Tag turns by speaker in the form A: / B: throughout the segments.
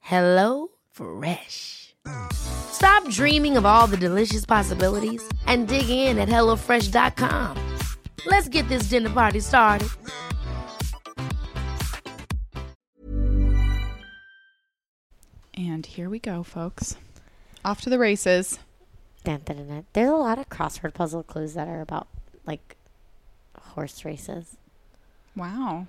A: Hello Fresh. Stop dreaming of all the delicious possibilities and dig in at HelloFresh.com. Let's get this dinner party started.
B: And here we go, folks. Off to the races.
C: Dun, dun, dun, dun. There's a lot of crossword puzzle clues that are about like horse races.
B: Wow.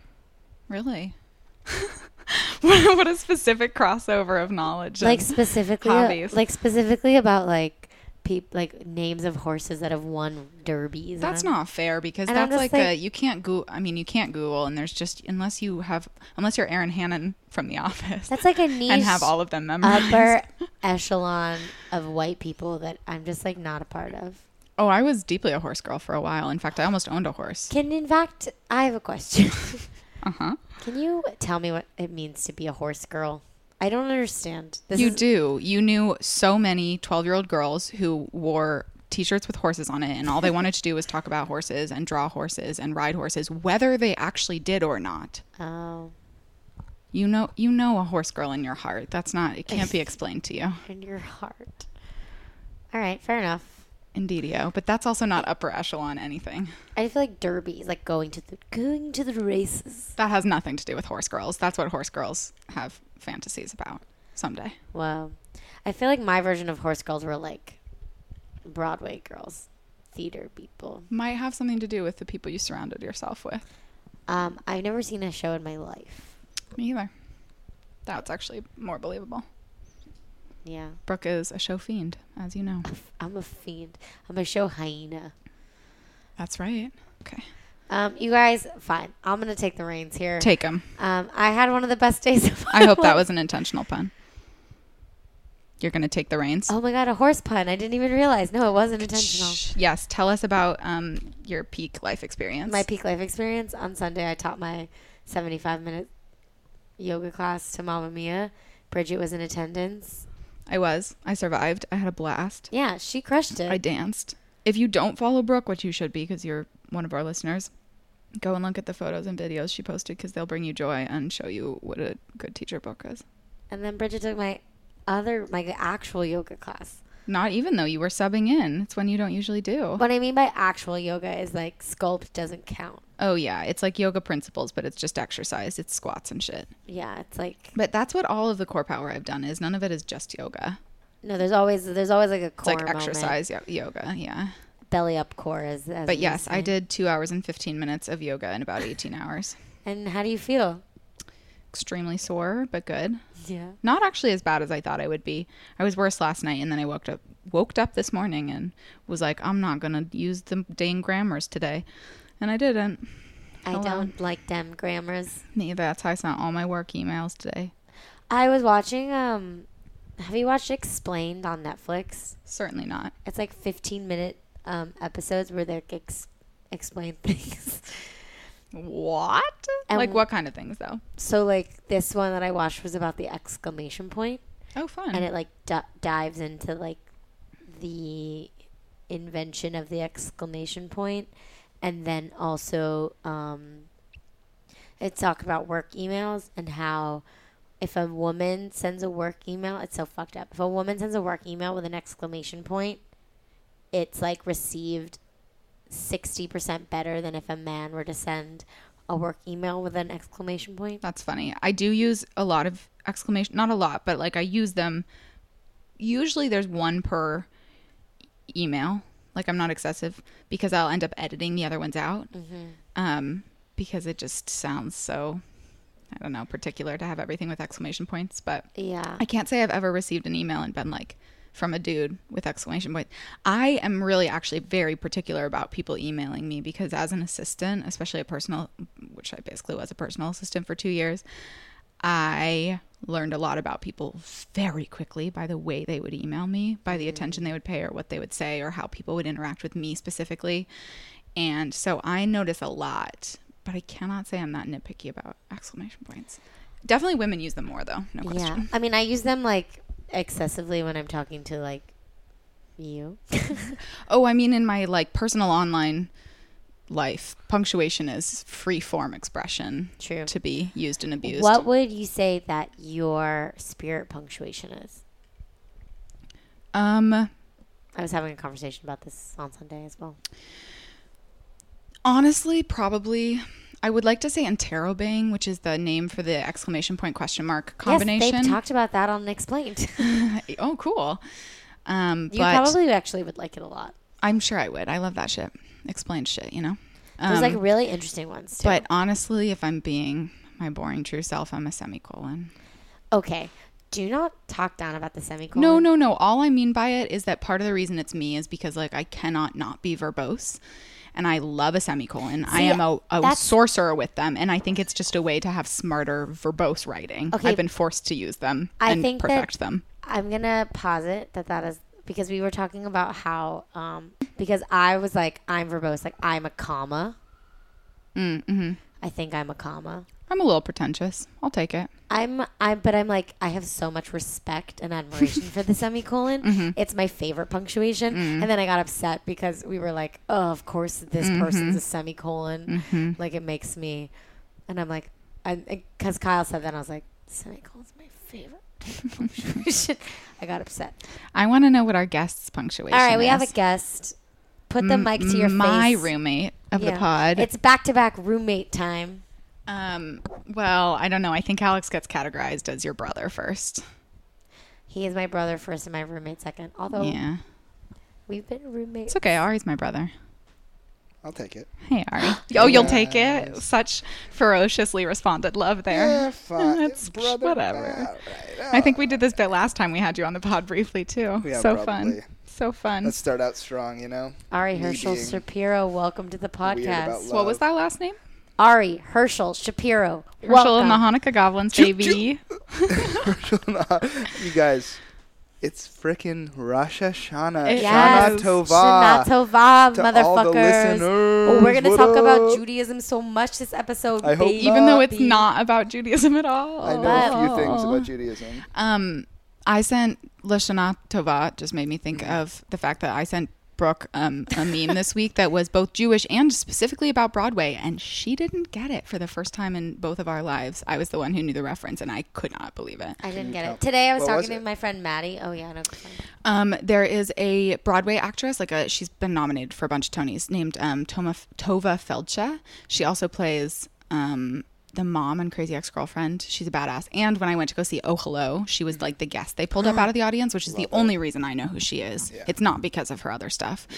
B: Really? what what a specific crossover of knowledge.
C: like
B: and
C: specifically, uh,
B: hobbies.
C: like specifically about like peop like names of horses that have won derbies.
B: that's
C: and I'm-
B: not fair because
C: And I'm
B: that's
C: just
B: like, a
C: like-
B: you can't go I mean you can't Google and there's just unless you have unless you're Aaron Hannon from the office.
C: That's like a niche.
B: and have all of them memorized.
C: upper echelon of white people that I'm just like not a part of.
B: Oh, I was deeply a horse girl for a while. In fact, I almost owned a horse.
C: Can in fact, I have a question.
B: Uh-huh.
C: Can you tell me what it means to be a horse girl? I don't understand. This
B: you
C: is,
B: do. You knew so many 12 year old girls who wore t shirts with horses on it, and all they wanted to do was talk about horses and draw horses and ride horses, whether they actually did or not.
C: Oh,
B: You know, you know a horse girl in your heart. That's not. It can't be explained to you,
C: in your heart. All right, fair enough.
B: Indeedio. But that's also not upper echelon anything.
C: I feel like derbies, like going to the going to the races.
B: That has nothing to do with horse girls. That's what horse girls have fantasies about someday.
C: Wow. I feel like my version of horse girls were like Broadway girls, theater people.
B: Might have something to do with the people you surrounded yourself with.
C: Um, I've never seen a show in my life.
B: Me either. That's actually more believable.
C: Yeah.
B: Brooke is a show fiend, as you know.
C: I'm a fiend. I'm a show hyena.
B: That's right. Okay.
C: Um, you guys, fine. I'm gonna take the reins here.
B: Take him.
C: Um, I had one of the best days of my
B: I hope that
C: life.
B: was an intentional pun. You're going to take the reins?
C: Oh my god, a horse pun! I didn't even realize. No, it wasn't intentional.
B: Shh. Yes. Tell us about um, your peak life experience.
C: My peak life experience on Sunday, I taught my 75 minute yoga class to Mama Mia. Bridget was in attendance.
B: I was. I survived. I had a blast.
C: Yeah, she crushed it.
B: I danced. If you don't follow Brooke, which you should be because you're one of our listeners, go and look at the photos and videos she posted because they'll bring you joy and show you what a good teacher Brooke is.
C: And then Bridget took my other, my actual yoga class.
B: Not even though you were subbing in. It's when you don't usually do.
C: What I mean by actual yoga is like sculpt doesn't count.
B: Oh, yeah. It's like yoga principles, but it's just exercise. It's squats and shit.
C: Yeah, it's like
B: But that's what all of the core power I've done is. None of it is just yoga.
C: no, there's always there's always like a
B: It's
C: core
B: like
C: moment.
B: exercise yo- yoga. Yeah.
C: belly up core is. As
B: But
C: we
B: yes, I
C: say.
B: did two hours and 15 minutes of yoga in about 18 hours.
C: And how do you feel?
B: Extremely sore, but good.
C: Yeah,
B: Not actually as bad as I thought I would be. I was worse last night, and then I woke up woke up this morning and was like, I'm not gonna use the dang grammars today, and I didn't.
C: I
B: Hello.
C: don't like them grammars.
B: Neither. That's how I sent all my work emails today.
C: I was watching. Um, have you watched Explained on Netflix?
B: Certainly not.
C: It's like 15 minute um, episodes where they ex- explain things.
B: What?
C: And
B: like
C: w-
B: what kind of things though?
C: so like this one that I watched was about the exclamation point.
B: Oh, fun.
C: and it like d- dives into like the invention of the exclamation point and then also um it talk about work emails and how if a woman sends a work email it's so fucked up if a woman sends a work email with an exclamation point it's like received 60% better than if a man were to send a work email with an exclamation point
B: That's funny. I do use a lot of exclamation, not a lot, but like I use them. Usually there's one per e- email. Like I'm not excessive because I'll end up editing the other ones out. Um, because it just sounds so I don't know, particular to have everything with exclamation points, but
C: Yeah.
B: I can't say I've ever received an email and been like from a dude with exclamation point. I am really actually very particular about people emailing me because as an assistant, especially a personal which I basically was a personal assistant for 2 years, I learned a lot about people very quickly by the way they would email me, by
C: Mm-hmm.
B: the attention they would pay or what they would say or how people would interact with me specifically. And so I notice a lot, but I cannot say I'm that nitpicky about exclamation points. Definitely women use them more though, no
C: Yeah.
B: question.
C: I mean, I use them like excessively when I'm talking to like you.
B: Oh, I mean, in my like personal online life, punctuation is free form expression.
C: True.
B: To be used and abused.
C: What would you say that your spirit punctuation is?
B: Um,
C: I was having a conversation about this on Sunday as well.
B: honestly, probably. I would like to say interrobang, which is the name for the exclamation point question mark combination.
C: Yes, they've talked about that on Explained. you
B: oh, cool. Um, but
C: probably actually would like it a lot.
B: I'm sure I would. I love that shit. Explain shit, you know.
C: There's like really interesting ones too.
B: Um, But honestly, if I'm being my boring true self, I'm a semicolon.
C: okay, do not talk down about the semicolon.
B: No, no, no. All I mean by it is that part of the reason it's me is because like I cannot not be verbose. And I love a semicolon. I
C: See,
B: am a, a
C: that's-
B: sorcerer with them, and I think it's just a way to have smarter, verbose writing.
C: Okay.
B: I've been forced to use them
C: I
B: and
C: think that-
B: perfect them.
C: I'm gonna posit that that is because we were talking about how um because I was like I'm verbose like I'm a comma. Mm-hmm. I think I'm a comma.
B: I'm a little pretentious. I'll take it.
C: I'm I'm but I'm like I have so much respect and admiration for the semicolon. It's my favorite punctuation. And then I got upset because we were like, "Oh, of course this person's a semicolon." Like it makes me and I'm like I cuz Kyle said that and I was like, "Semicolon's my favorite punctuation." I got upset.
B: I want to know what our guest's punctuation
C: All right, we
B: is.
C: have a guest. Put the mic to your
B: My
C: face.
B: roommate of
C: Yeah.
B: the pod.
C: It's back-to-back roommate time.
B: Um, well, I don't know. I think Alex gets categorized as your brother first.
C: He is my brother first and my roommate second. Although
B: Yeah.
C: we've been roommates.
B: It's okay. Ari's my brother.
D: I'll take it.
B: Hey, Ari. Oh, you'll take it? Such ferociously responded love there.
D: Yeah, fine.
B: That's
D: brother.
B: whatever.
D: All right.
B: I think we did this bit last time we had you on the pod briefly, too.
D: Yeah,
B: so
D: probably.
B: fun. So fun.
D: Let's start out strong, you know?
C: Ari
D: Me
C: Herschel
D: being
C: Shapiro, welcome to the
D: about
C: podcast.
D: love.
B: what was that last name?
C: Ari Herschel Shapiro,
B: Herschel
C: welcome.
B: and the Hanukkah Goblins, baby.
D: you guys, it's frickin' Rosh Hashanah.
B: It
D: Shana
B: is.
D: Tova.
C: Shana Tova,
D: To all the
C: motherfuckers. Oh,
D: listeners,
C: We're gonna
D: what
C: talk about
D: up?
C: Judaism so much this episode.
D: I hope
C: baby.
B: Even though it's
C: Baby.
B: not about Judaism at all.
D: I know a few things about Judaism.
B: Um, I sent Lashana Tova just made me think
D: Mm.
B: of the fact that I sent Brooke um, a meme this week that was both Jewish and specifically about Broadway, and she didn't get it for the first time in both of our lives. I was the one who knew the reference, and I could not believe it.
C: I didn't get it today. I was
D: What was
C: talking to
D: it?
C: my friend Maddie. Oh yeah, I know. this one.
B: Um, there is a Broadway actress, like a she's been nominated for a bunch of Tonys, named um, Toma, Tova Felcha. She also plays um, the mom on Crazy Ex-Girlfriend. She's a badass. And when I went to go see Oh Hello, she was like the guest they pulled up out of the audience, which is the only reason I know who she is. It's not because of her other stuff.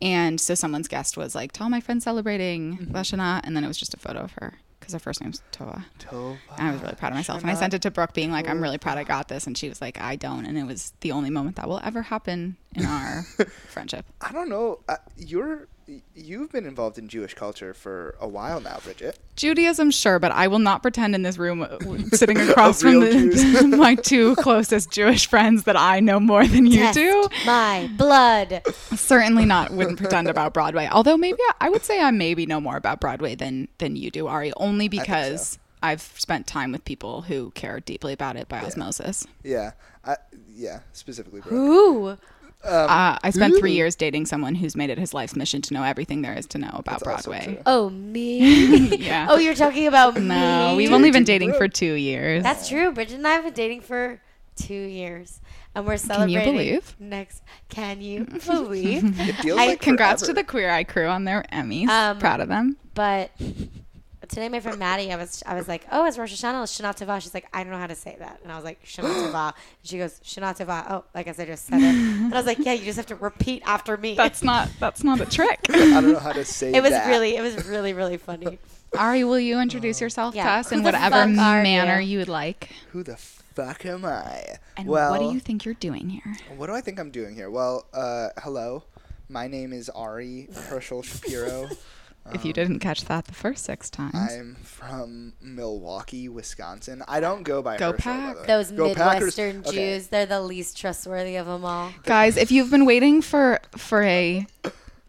B: And so someone's guest was like, "Tell my friend celebrating Lashana," and then it was just a photo of her because her first name's Tova.
D: Tova.
B: And I was really proud of myself. And I sent it to Brooke being like, I'm really proud I got this. And she was like, I don't. And it was the only moment that will ever happen in our friendship.
D: I don't know. I, you're, you've been involved in Jewish culture for a while now, Bridget.
B: Judaism, sure, but I will not pretend in this room uh, w- sitting across from
D: real
B: the, my two closest Jewish friends that I know more than you
C: Test
B: do.
C: my blood.
B: Certainly not wouldn't pretend about Broadway. Although maybe I, I would say I maybe know more about Broadway than than you do, Ari, only because I've spent time with people who care deeply about it by osmosis.
D: Yeah. I, yeah, specifically. Brooke.
C: Ooh.
B: Uh, I spent three years dating someone who's made it his life's mission to know everything there is to know about
D: also
B: Broadway.
C: Oh me.
B: Yeah.
C: oh, you're talking about me.
B: no, Uh, we've only been dating for two years.
C: That's true. Bridget and I have been dating for two years, and we're
B: you
C: celebrating.
B: believe?
C: Next, can you believe?
D: It feels
C: I-
D: like
B: Congrats
D: forever.
B: to the Queer Eye crew on their Emmys.
C: Um,
B: Proud of them.
C: but today, my friend Maddie, I was, I was like, oh, it's Rosh Hashanah, it's Shana Tova. She's like, I don't know how to say that, and I was like, Shana Tova. And she goes, Shana Tova. Oh, I guess I just said it. And I was like, yeah, you just have to repeat after me.
B: That's not. That's not a trick.
D: I don't know how to say
C: it was
D: that.
C: really, it was really, really funny.
B: Ari, will you
D: Uh,
B: introduce yourself to
C: Yeah.
B: us in
C: Who the
B: whatever
C: fuck are
B: manner
C: you?
B: you? would like?
D: Who the fuck am I?
B: And
D: well,
B: what do you think you're doing here?
D: What do I think I'm doing here? Well, uh, hello. My name is Ari Herschel Shapiro.
B: if you didn't catch that the first six times.
D: I'm from Milwaukee, Wisconsin. I don't go by
B: Go
D: Herschel. by
B: Pack.
D: the way.
C: Those
D: Go Packers.
C: Midwestern Jews,
D: Okay.
C: they're the least trustworthy of them all.
B: Guys, if you've been waiting for for a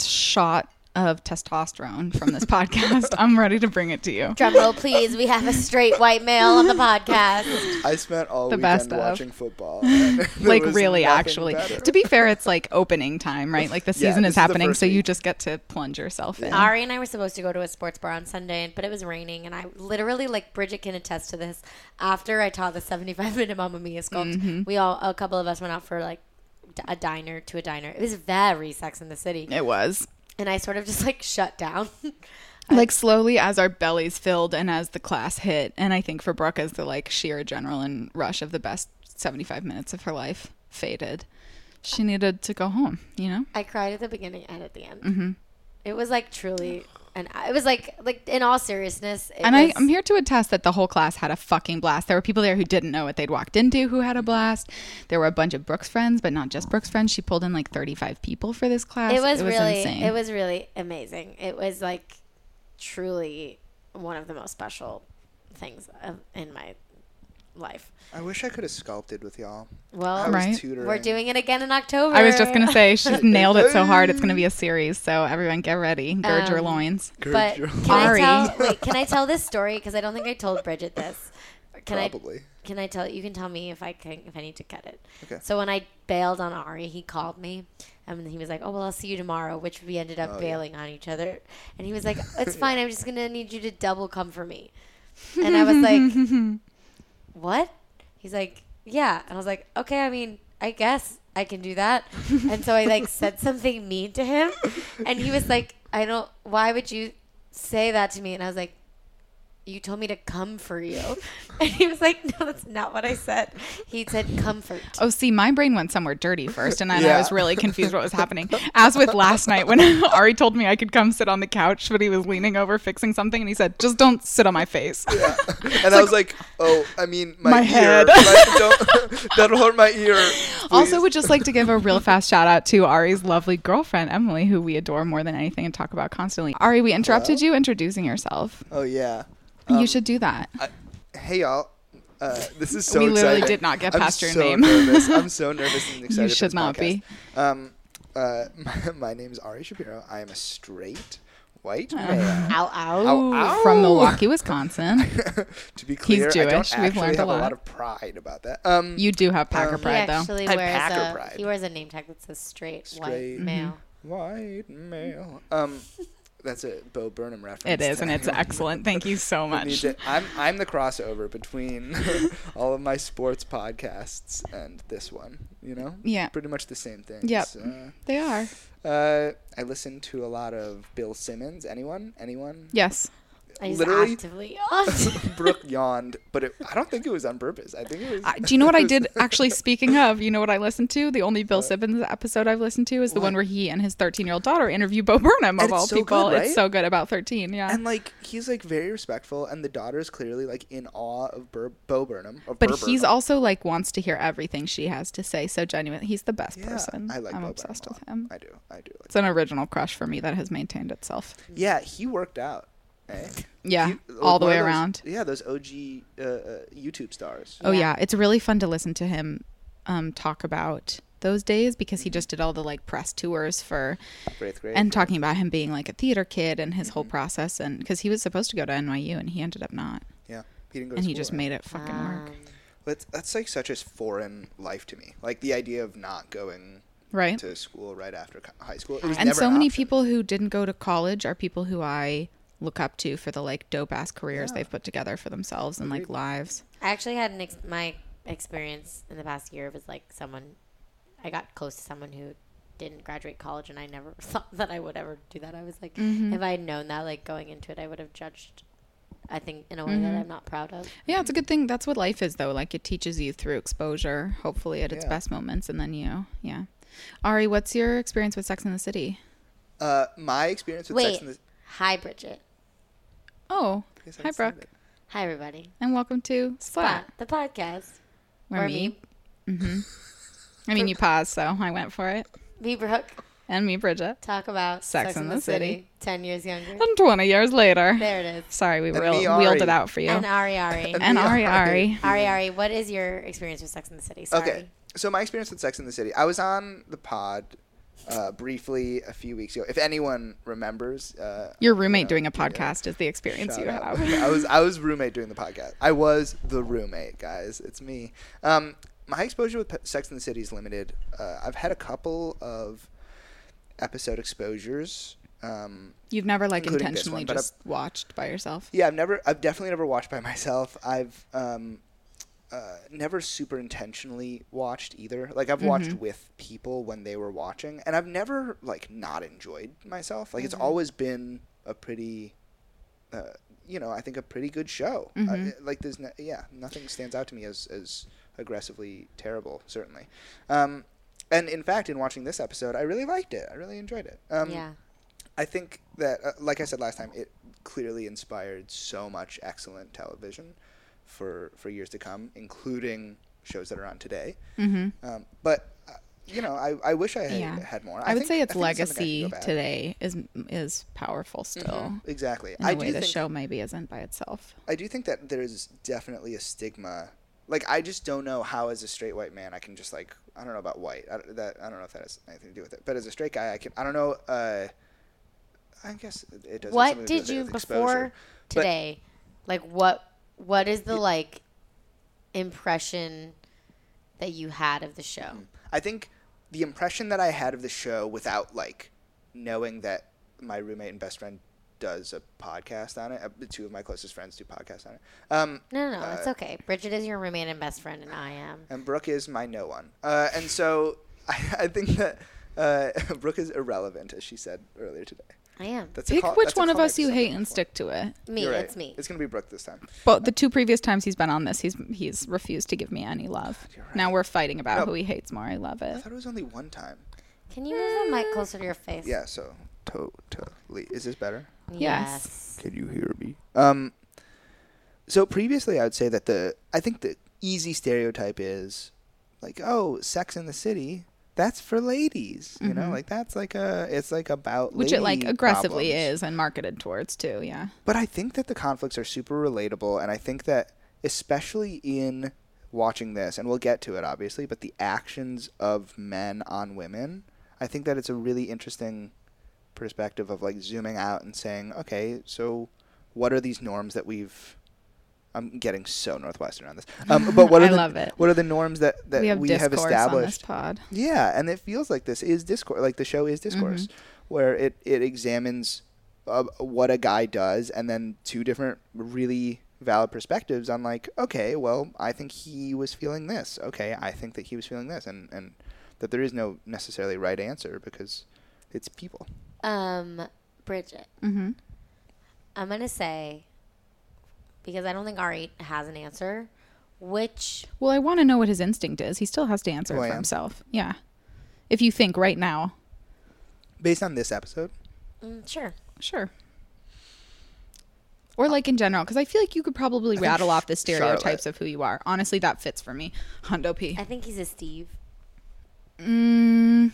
B: shot of testosterone from this podcast, I'm ready to bring it to you.
C: Drum roll, please. We have a straight white male on the podcast.
D: I spent all
B: The
D: weekend
B: best of.
D: watching football. and there
B: like
D: was
B: really
D: nothing
B: actually.
D: better.
B: To be fair, it's like opening time, right? Like the
D: Yeah,
B: season is
D: this is the
B: happening,
D: first
B: so you
D: week.
B: just get to plunge yourself in.
C: Ari and I were supposed to go to a sports bar on Sunday, but it was raining, and I literally, like Bridget can attest to this. After I taught the 75 minute Mamma Mia sculpt,
B: Mm-hmm.
C: we all, a couple of us, went out for like d- a diner to a diner. It was very Sex in the City,
B: It was.
C: and I sort of just like shut down.
B: Like slowly as our bellies filled and as the class hit, and I think for Brooke as the like sheer adrenaline rush of the best seventy five minutes of her life faded. She needed to go home, you know?
C: I cried at the beginning and at the end.
B: Mm-hmm.
C: It was like truly, and it was like like in all seriousness. It
B: And
C: was,
B: I, I'm here to attest that the whole class had a fucking blast. There were people there who didn't know what they'd walked into who had a blast. There were a bunch of Brooks friends, but not just Brooks friends. She pulled in like 35 people for this class.
C: it was, really
B: insane.
C: it was really amazing it was like truly one of the most special things of, in my life
D: I wish I could have sculpted with y'all. I
C: well
D: was
B: Right.
D: tutoring.
C: we're doing it again in october
B: I was just gonna say she's nailed it so hard it's gonna be a series. So everyone get ready, gird your
C: Um,
B: loins.
D: Gird
C: but
D: your
C: can
B: Ari.
C: i tell wait can i tell this story because i don't think i told bridget this can
D: Probably.
C: i can i tell you can tell me if i can if i need to cut it
D: Okay.
C: so when i bailed on ari he called me and he was like oh well i'll see you tomorrow which we ended
D: Oh,
C: up bailing on each other and he was like it's fine i'm just gonna need you to double come for me and i was like what he's like yeah and i was like okay i mean i guess i can do that and so i like said something mean to him and he was like i don't why would you say that to me and i was like you told me to come for you and he was like no that's not what i said he said comfort
B: Oh, see, my brain went somewhere dirty first, and then I
D: Yeah.
B: was really confused what was happening. As with last night when Ari told me I could come sit on the couch, but he was leaning over fixing something, and he said, "Just don't sit on my face."
D: And I was like, oh, I mean, my,
B: My
D: ear.
B: head.
D: Like, don't, that'll hurt my ear.
B: Also,
D: please.
B: would just like to give a real fast shout out to Ari's lovely girlfriend, Emily, who we adore more than anything and talk about constantly. Ari, we interrupted you introducing yourself.
D: Oh, yeah.
B: you should do that.
D: I, hey, y'all. Uh, this is so
B: We literally
D: exciting.
B: did not get
D: I'm
B: past your
D: so
B: name.
D: Nervous. I'm so nervous and excited. for
B: should
D: this
B: not
D: podcast.
B: be.
D: Um, uh, my, my name is Ari Shapiro. I am a straight white man.
C: ow ow
D: Ow, ow.
B: Uh, From Milwaukee, Wisconsin.
D: to be clear, I
B: Jewish.
D: don't
B: We've
D: actually
B: learned a
D: have
B: lot.
D: a lot of pride about that. Um,
B: You do have Packer
D: Um,
B: pride,
C: he
B: though.
C: actually
D: I
C: wears
D: packer
C: a
D: pride.
C: he wears a name tag that says straight,
D: Straight. Mm-hmm.
C: white male.
D: white male. Um, that's a Bo Burnham
B: It
D: reference.
B: is, and it's excellent. Thank you so
D: I need
B: much.
D: to- I'm I'm the crossover between all of my sports podcasts and this one. You know,
B: Yeah.
D: pretty much the same thing.
B: Yep.
D: So,
B: They are.
D: uh, I listen to a lot of Bill Simmons. Anyone? Anyone?
B: Yes.
C: I just
D: Literally-
C: actively yawned.
D: Brooke yawned, but it, I don't think it was on purpose. I think it was.
B: I, do you know what I
D: it was-
B: did? Actually, speaking of, you know what I listened to? The only Bill Simmons episode I've listened to is the one where he and his 13 year old daughter interview Bo Burnham, of
D: it's
B: all
D: so good,
B: people. It's
D: right?
B: so good about 13. Yeah.
D: And like he's like very respectful, and the daughter is clearly like in awe of Bur- Bo Burnham. Of
B: but
D: Burr
B: he's
D: Burnham.
B: also like wants to hear everything she has to say. So genuine. He's the best
D: Yeah,
B: person.
D: I like
B: I'm
D: Bo
B: obsessed with him.
D: Burnham. I do. I do. Like,
B: It's an original crush for me that has maintained itself.
D: yeah, he worked out. Eh?
B: Yeah,
D: He-
B: all the
D: one
B: way
D: of those-
B: around.
D: Yeah, those OG uh, uh, YouTube stars.
B: Oh yeah, it's really fun to listen to him um, talk about those days because
D: Mm-hmm.
B: he just did all the like press tours for
D: For eighth grade.
B: and talking about him being like a theater kid and his whole
D: Mm-hmm.
B: process and because he was supposed to go to NYU and he ended up not
D: yeah, he didn't go. To
B: and he
D: school,
B: just
D: right?
B: made it fucking work.
D: That's, that's like such a foreign life to me. Like the idea of not going
B: Right.
D: to school right after co- high school. It was
B: And
D: never
B: so
D: an
B: many
D: option.
B: people who didn't go to college are people who I look up to for the like dope ass careers they've put together for themselves and like lives.
C: I actually had an ex- my experience in the past year was like someone I got close to someone who didn't graduate college, and I never thought that I would ever do that. I was like,
B: Mm-hmm.
C: if I had known that, like going into it, I would have judged. I think in a way
B: Mm-hmm.
C: that I'm not proud of.
B: Yeah, it's a good thing. That's what life is, though. Like it teaches you through exposure, hopefully at its
D: Yeah.
B: best moments, and then you, yeah. Ari, what's your experience with Sex in the City?
D: Uh, my experience with Sex
C: Wait,
D: in the
C: hi Bridget.
B: Oh,
D: guess I
B: hi,
D: just said
B: Brooke.
D: it.
C: Hi, everybody.
B: And welcome to Splat.
C: The podcast.
B: Where
C: Or
B: me.
C: Mm-hmm.
B: I mean, you paused, so I went for it.
C: Me, Brooke.
B: And me, Bridget.
C: Talk about
B: Sex and the City.
C: 10 years younger.
B: And 20 years later.
C: There it is.
B: Sorry, we
D: And
B: real-
D: me, Ari.
B: wheeled it out for you.
C: And Ari Ari.
B: And Ari Ari.
C: Ari Ari, what is your experience with Sex and the City? Sorry.
D: Okay. So my experience with Sex in the City, I was on the pod uh, briefly a few weeks ago. If anyone remembers, uh,
B: Your roommate
D: know,
B: doing a
D: yeah.
B: podcast is the experience
D: shout
B: you
D: out.
B: have.
D: I was I was roommate doing the podcast. I was the roommate, guys. It's me. Um, my exposure with P- Sex in the City is limited. Uh, I've had a couple of episode exposures. Um,
B: You've never like
D: Including this
B: intentionally
D: one, but
B: just watched by yourself.
D: Yeah, I've never, I've definitely never watched by myself. I've um, uh, never super intentionally watched either. Like I've watched with people when they were watching, and I've never like not enjoyed myself. Like it's always been a pretty, uh, you know, I think a pretty good show. I- like there's, no, yeah, nothing stands out to me as as aggressively terrible, certainly. Um, and in fact, in watching this episode, I really liked it. I really enjoyed it. Um,
C: Yeah.
D: I think that, uh, like I said last time, it clearly inspired so much excellent television for for years to come, including shows that are on today. Mm-hmm. Um, but uh, you know, I, I wish I had,
B: Yeah.
D: had more.
B: I, would
D: think-
B: say its
D: I think something I
B: legacy
D: could go back.
B: today is is powerful
C: Mm-hmm.
B: still.
D: Exactly.
B: In a
D: I
B: way
D: do
B: the
D: think
B: show maybe isn't by itself.
D: I do think that there's definitely a stigma. Like I just don't know how, as a straight white man, I can just like I don't know about white. I, don't- that I don't know if that has anything to do with it. But as a straight guy, I can. I don't know. Uh, I guess it- it does. have
C: What
D: something to do
C: did
D: with it-
C: you
D: with
C: before
D: exposure. But-
C: today? like what? What is the like impression that you had of the show?
D: I think the impression that I had of the show without like knowing that my roommate and best friend does a podcast on it. uh, The two of my closest friends do podcasts on it. Um,
C: No, no, no it's okay. Bridget is your roommate and best friend, and I am.
D: and um, Brooke is my no one. Uh, and so I, I think that uh, Brooke is irrelevant, as she said earlier today.
C: I am.
D: That's a
B: Pick
D: call-
B: which
D: that's a
B: one of
D: callback
B: us
D: to
B: you
D: something
B: hate and
D: before.
B: stick to it.
C: me.
D: You're right.
C: It's me.
D: It's gonna be Brooke this time.
B: But the two previous times he's been on this, he's he's refused to give me any love. Now we're fighting
D: Oh.
B: about who he hates more. I love
D: I
B: it.
D: thought it was only one time.
C: Can you move the mic closer to your face?
D: Yeah. So totally. Is this better?
C: Yes.
D: Can you hear me? Um, so previously, I would say that the I think the easy stereotype is like, oh, Sex in the City. That's for ladies, you know, like that's like a it's like about
B: Mm-hmm. Which it like
D: lady
B: aggressively
D: problems.
B: is and marketed towards too, yeah.
D: But I think that the conflicts are super relatable, and I think that especially in watching this, and we'll get to it obviously, but the actions of men on women, I think that it's a really interesting perspective of like zooming out and saying, okay, so what are these norms that we've I'm getting so Northwestern on this. Um, but what are
B: I
D: the,
B: love it.
D: What are the norms that, that
B: We have discourse on this
D: established?
B: pod.
D: Yeah, and it feels like this is discourse. Like the show is
B: Mm-hmm.
D: discourse, where it it examines uh, what a guy does, and then two different really valid perspectives on like, okay, well, I think he was feeling this. Okay, I think that he was feeling this, and and that there is no necessarily right answer because it's people.
C: Um, Bridget,
B: Mhm.
C: I'm gonna say because I don't think Ari has an answer. Which
B: Well, I want to know what his instinct is. He still has to answer
D: Oh, I
B: for
D: am.
B: himself. Yeah. If you think right now,
D: Based on this episode,
C: mm, sure.
B: sure. Or like in general, because I feel like you could probably
D: think
B: rattle
D: Sh-
B: off the
D: Charlotte.
B: stereotypes of who you are. Honestly, that fits for me. Hondo P.
C: I think he's a Steve.
B: Mm,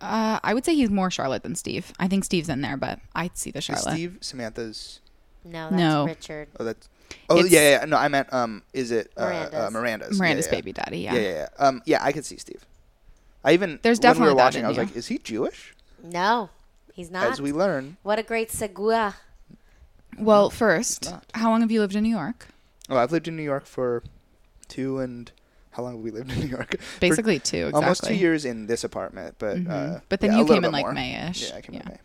B: uh, I would say he's more Charlotte than Steve. I think Steve's in there, but I see the
D: is
B: Charlotte.
D: Steve Samantha's
C: No, that's
B: No.
C: Richard.
D: Oh, that's. Oh
B: It's-
D: yeah, yeah, yeah. No, I meant um. Is it uh, Miranda's? Uh,
C: Miranda's.
D: Miranda's, Yeah,
B: Miranda's
D: yeah, yeah.
B: baby daddy.
D: Yeah. yeah, yeah, Um, yeah, I could see Steve. I even
B: There's
D: when we
B: definitely
D: were
B: that
D: watching,
B: in
D: I was
B: you.
D: like, is he Jewish?
C: No, he's not.
D: As we learn,
C: What a great segue.
B: Well, first,
D: not.
B: how long have you lived in New York?
D: oh, I've lived in New York for two and how long have we lived in New York? For
B: Basically two, exactly. Mm-hmm.
D: almost two years in this apartment, but uh,
B: But then
D: yeah,
B: you
D: a little
B: came in
D: bit
B: like
D: more.
B: May-ish.
D: Yeah, I came
B: Yeah.
D: in May.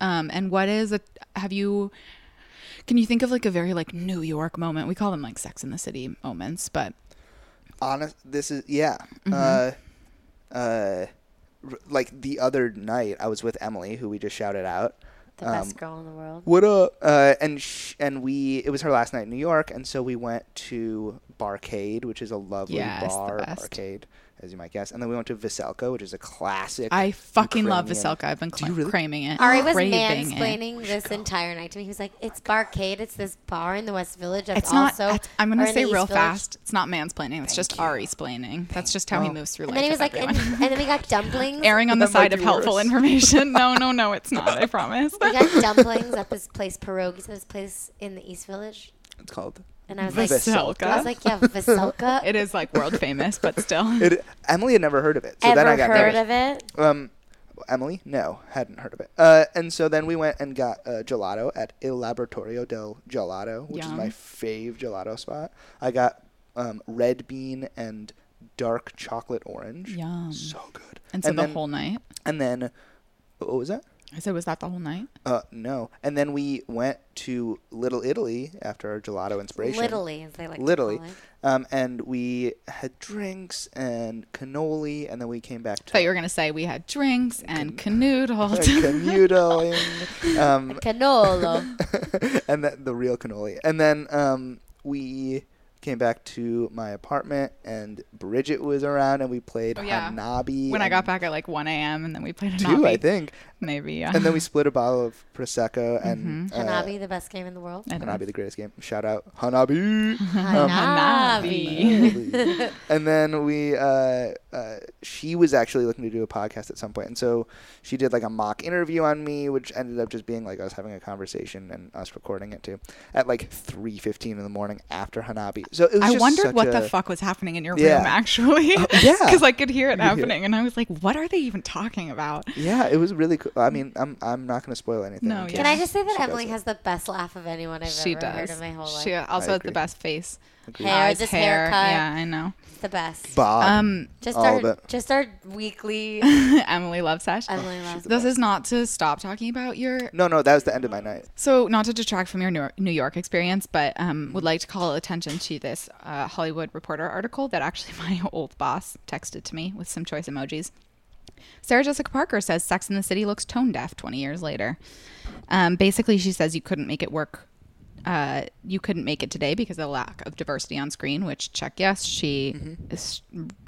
D: Yeah.
B: Um, and what is a? Have you? Can you think of like a very like New York moment? We call them like Sex in the City moments, but
D: honest this is yeah
B: Mm-hmm.
D: uh uh r- like the other night i was with emily who we just shouted out
C: The
B: Um,
C: best girl in the world.
D: what up uh and sh- and we it was her last night in new york and so we went to barcade which is a lovely
B: Yes, the
D: bar
B: best.
D: barcade as you might guess. And then we went to Veselka, which is a classic.
B: I fucking love
D: Ukrainian-
B: Veselka. I've been
D: Do
B: cla-
D: you really-
B: craving it.
C: Ari was
B: Craving
C: mansplaining
B: It.
C: this entire night to me. He was like, "It's Barcade. It's this bar in the West Village. That's
B: It's not.
C: also."
B: that's- I'm gonna
C: or in
B: say
C: the East
B: real
C: Village."
B: fast. It's not mansplaining. It's just Ari splaining. That's just how he moves through
C: And
B: life.
C: then he was
B: with
C: like, and,
B: everyone.
C: and then we got dumplings.
B: erring on the
D: Oh. That might
B: side
D: be
B: of helpful
D: worse.
B: information. No, no, no, it's not. I promise.
C: we got dumplings at this place, pierogies at this place in the East Village.
D: It's called.
C: And I was like,
B: Veselka.
C: I was like, yeah, Veselka.
B: it is like world famous, but still.
D: It, Emily had never heard of it, so
C: Ever
D: then I got
C: heard
D: nervous.
C: of it?
D: Um, Emily? No, hadn't heard of it. Uh, and so then we went and got uh, gelato at Il Laboratorio del Gelato, which is
B: Yum.
D: my fave gelato spot. I got um, red bean and dark chocolate orange.
B: Yum.
D: So good.
B: And so the
D: then,
B: whole night.
D: And then, what was that?
B: I said, was that the whole night?
D: Uh, no. And then we went to Little Italy after our gelato inspiration.
C: Literally, as they like. to
D: Literally.
C: call it.
D: Um, and we had drinks and cannoli, and then we came back to.
B: thought you were gonna say we had drinks and canoodled.
D: canoodling. um,
C: Canolo.
B: Uh,
D: and the, the real cannoli. And then um, we came back to my apartment, and Bridget was around, and we played
B: Oh, yeah.
D: Hanabi.
B: when I got
D: and
B: back at like 1 a.m. and then we played a
D: two, I
B: Nabi.
D: think.
B: Maybe. Yeah.
D: And then we split a bottle of prosecco and
B: Mm-hmm.
D: uh,
C: Hanabi, the best game in the world.
B: I don't know.
D: Hanabi, the greatest game. Shout out Hanabi.
C: Hanabi.
D: and then we, uh, uh, she was actually looking to do a podcast at some point, and so she did like a mock interview on me, which ended up just being like us having a conversation and us recording it too at like three fifteen in the morning after Hanabi. So it was
B: I
D: just
B: wondered
D: such
B: what
D: a-
B: the fuck was happening in your
D: Yeah. Oh,
B: room, actually.
D: yeah.
B: Because I could hear it
D: could hear it.
B: happening, and I was like, "What are they even talking about?"
D: Yeah, it was really cool. I mean, I'm I'm not going to spoil anything.
B: No,
D: Okay.
C: Can
B: yeah.
C: I just say that
D: She does
C: Emily
D: it.
C: has the best laugh of anyone I've
B: She
C: ever
B: does.
C: heard in my whole life?
B: She also
D: I
B: has the
D: agree.
B: best face.
C: Hair,
B: Eyes,
C: this
B: hair.
C: haircut.
B: Yeah, I know.
C: It's the best.
D: Bob.
B: Um,
C: just
D: all
C: our
D: of it.
C: just our weekly
B: Emily Love Sash.
C: Emily laugh.
B: This is not to stop talking about your
D: no, no, that was the end of my night.
B: So, not to detract from your New York- New York experience, but um, would like to call attention to this uh, Hollywood Reporter article that actually my old boss texted to me with some choice emojis. Sarah Jessica Parker says Sex in the City looks tone deaf 20 years later. Um, basically, she says you couldn't make it work. Uh, you couldn't make it today because of the lack of diversity on screen, which, check yes, she is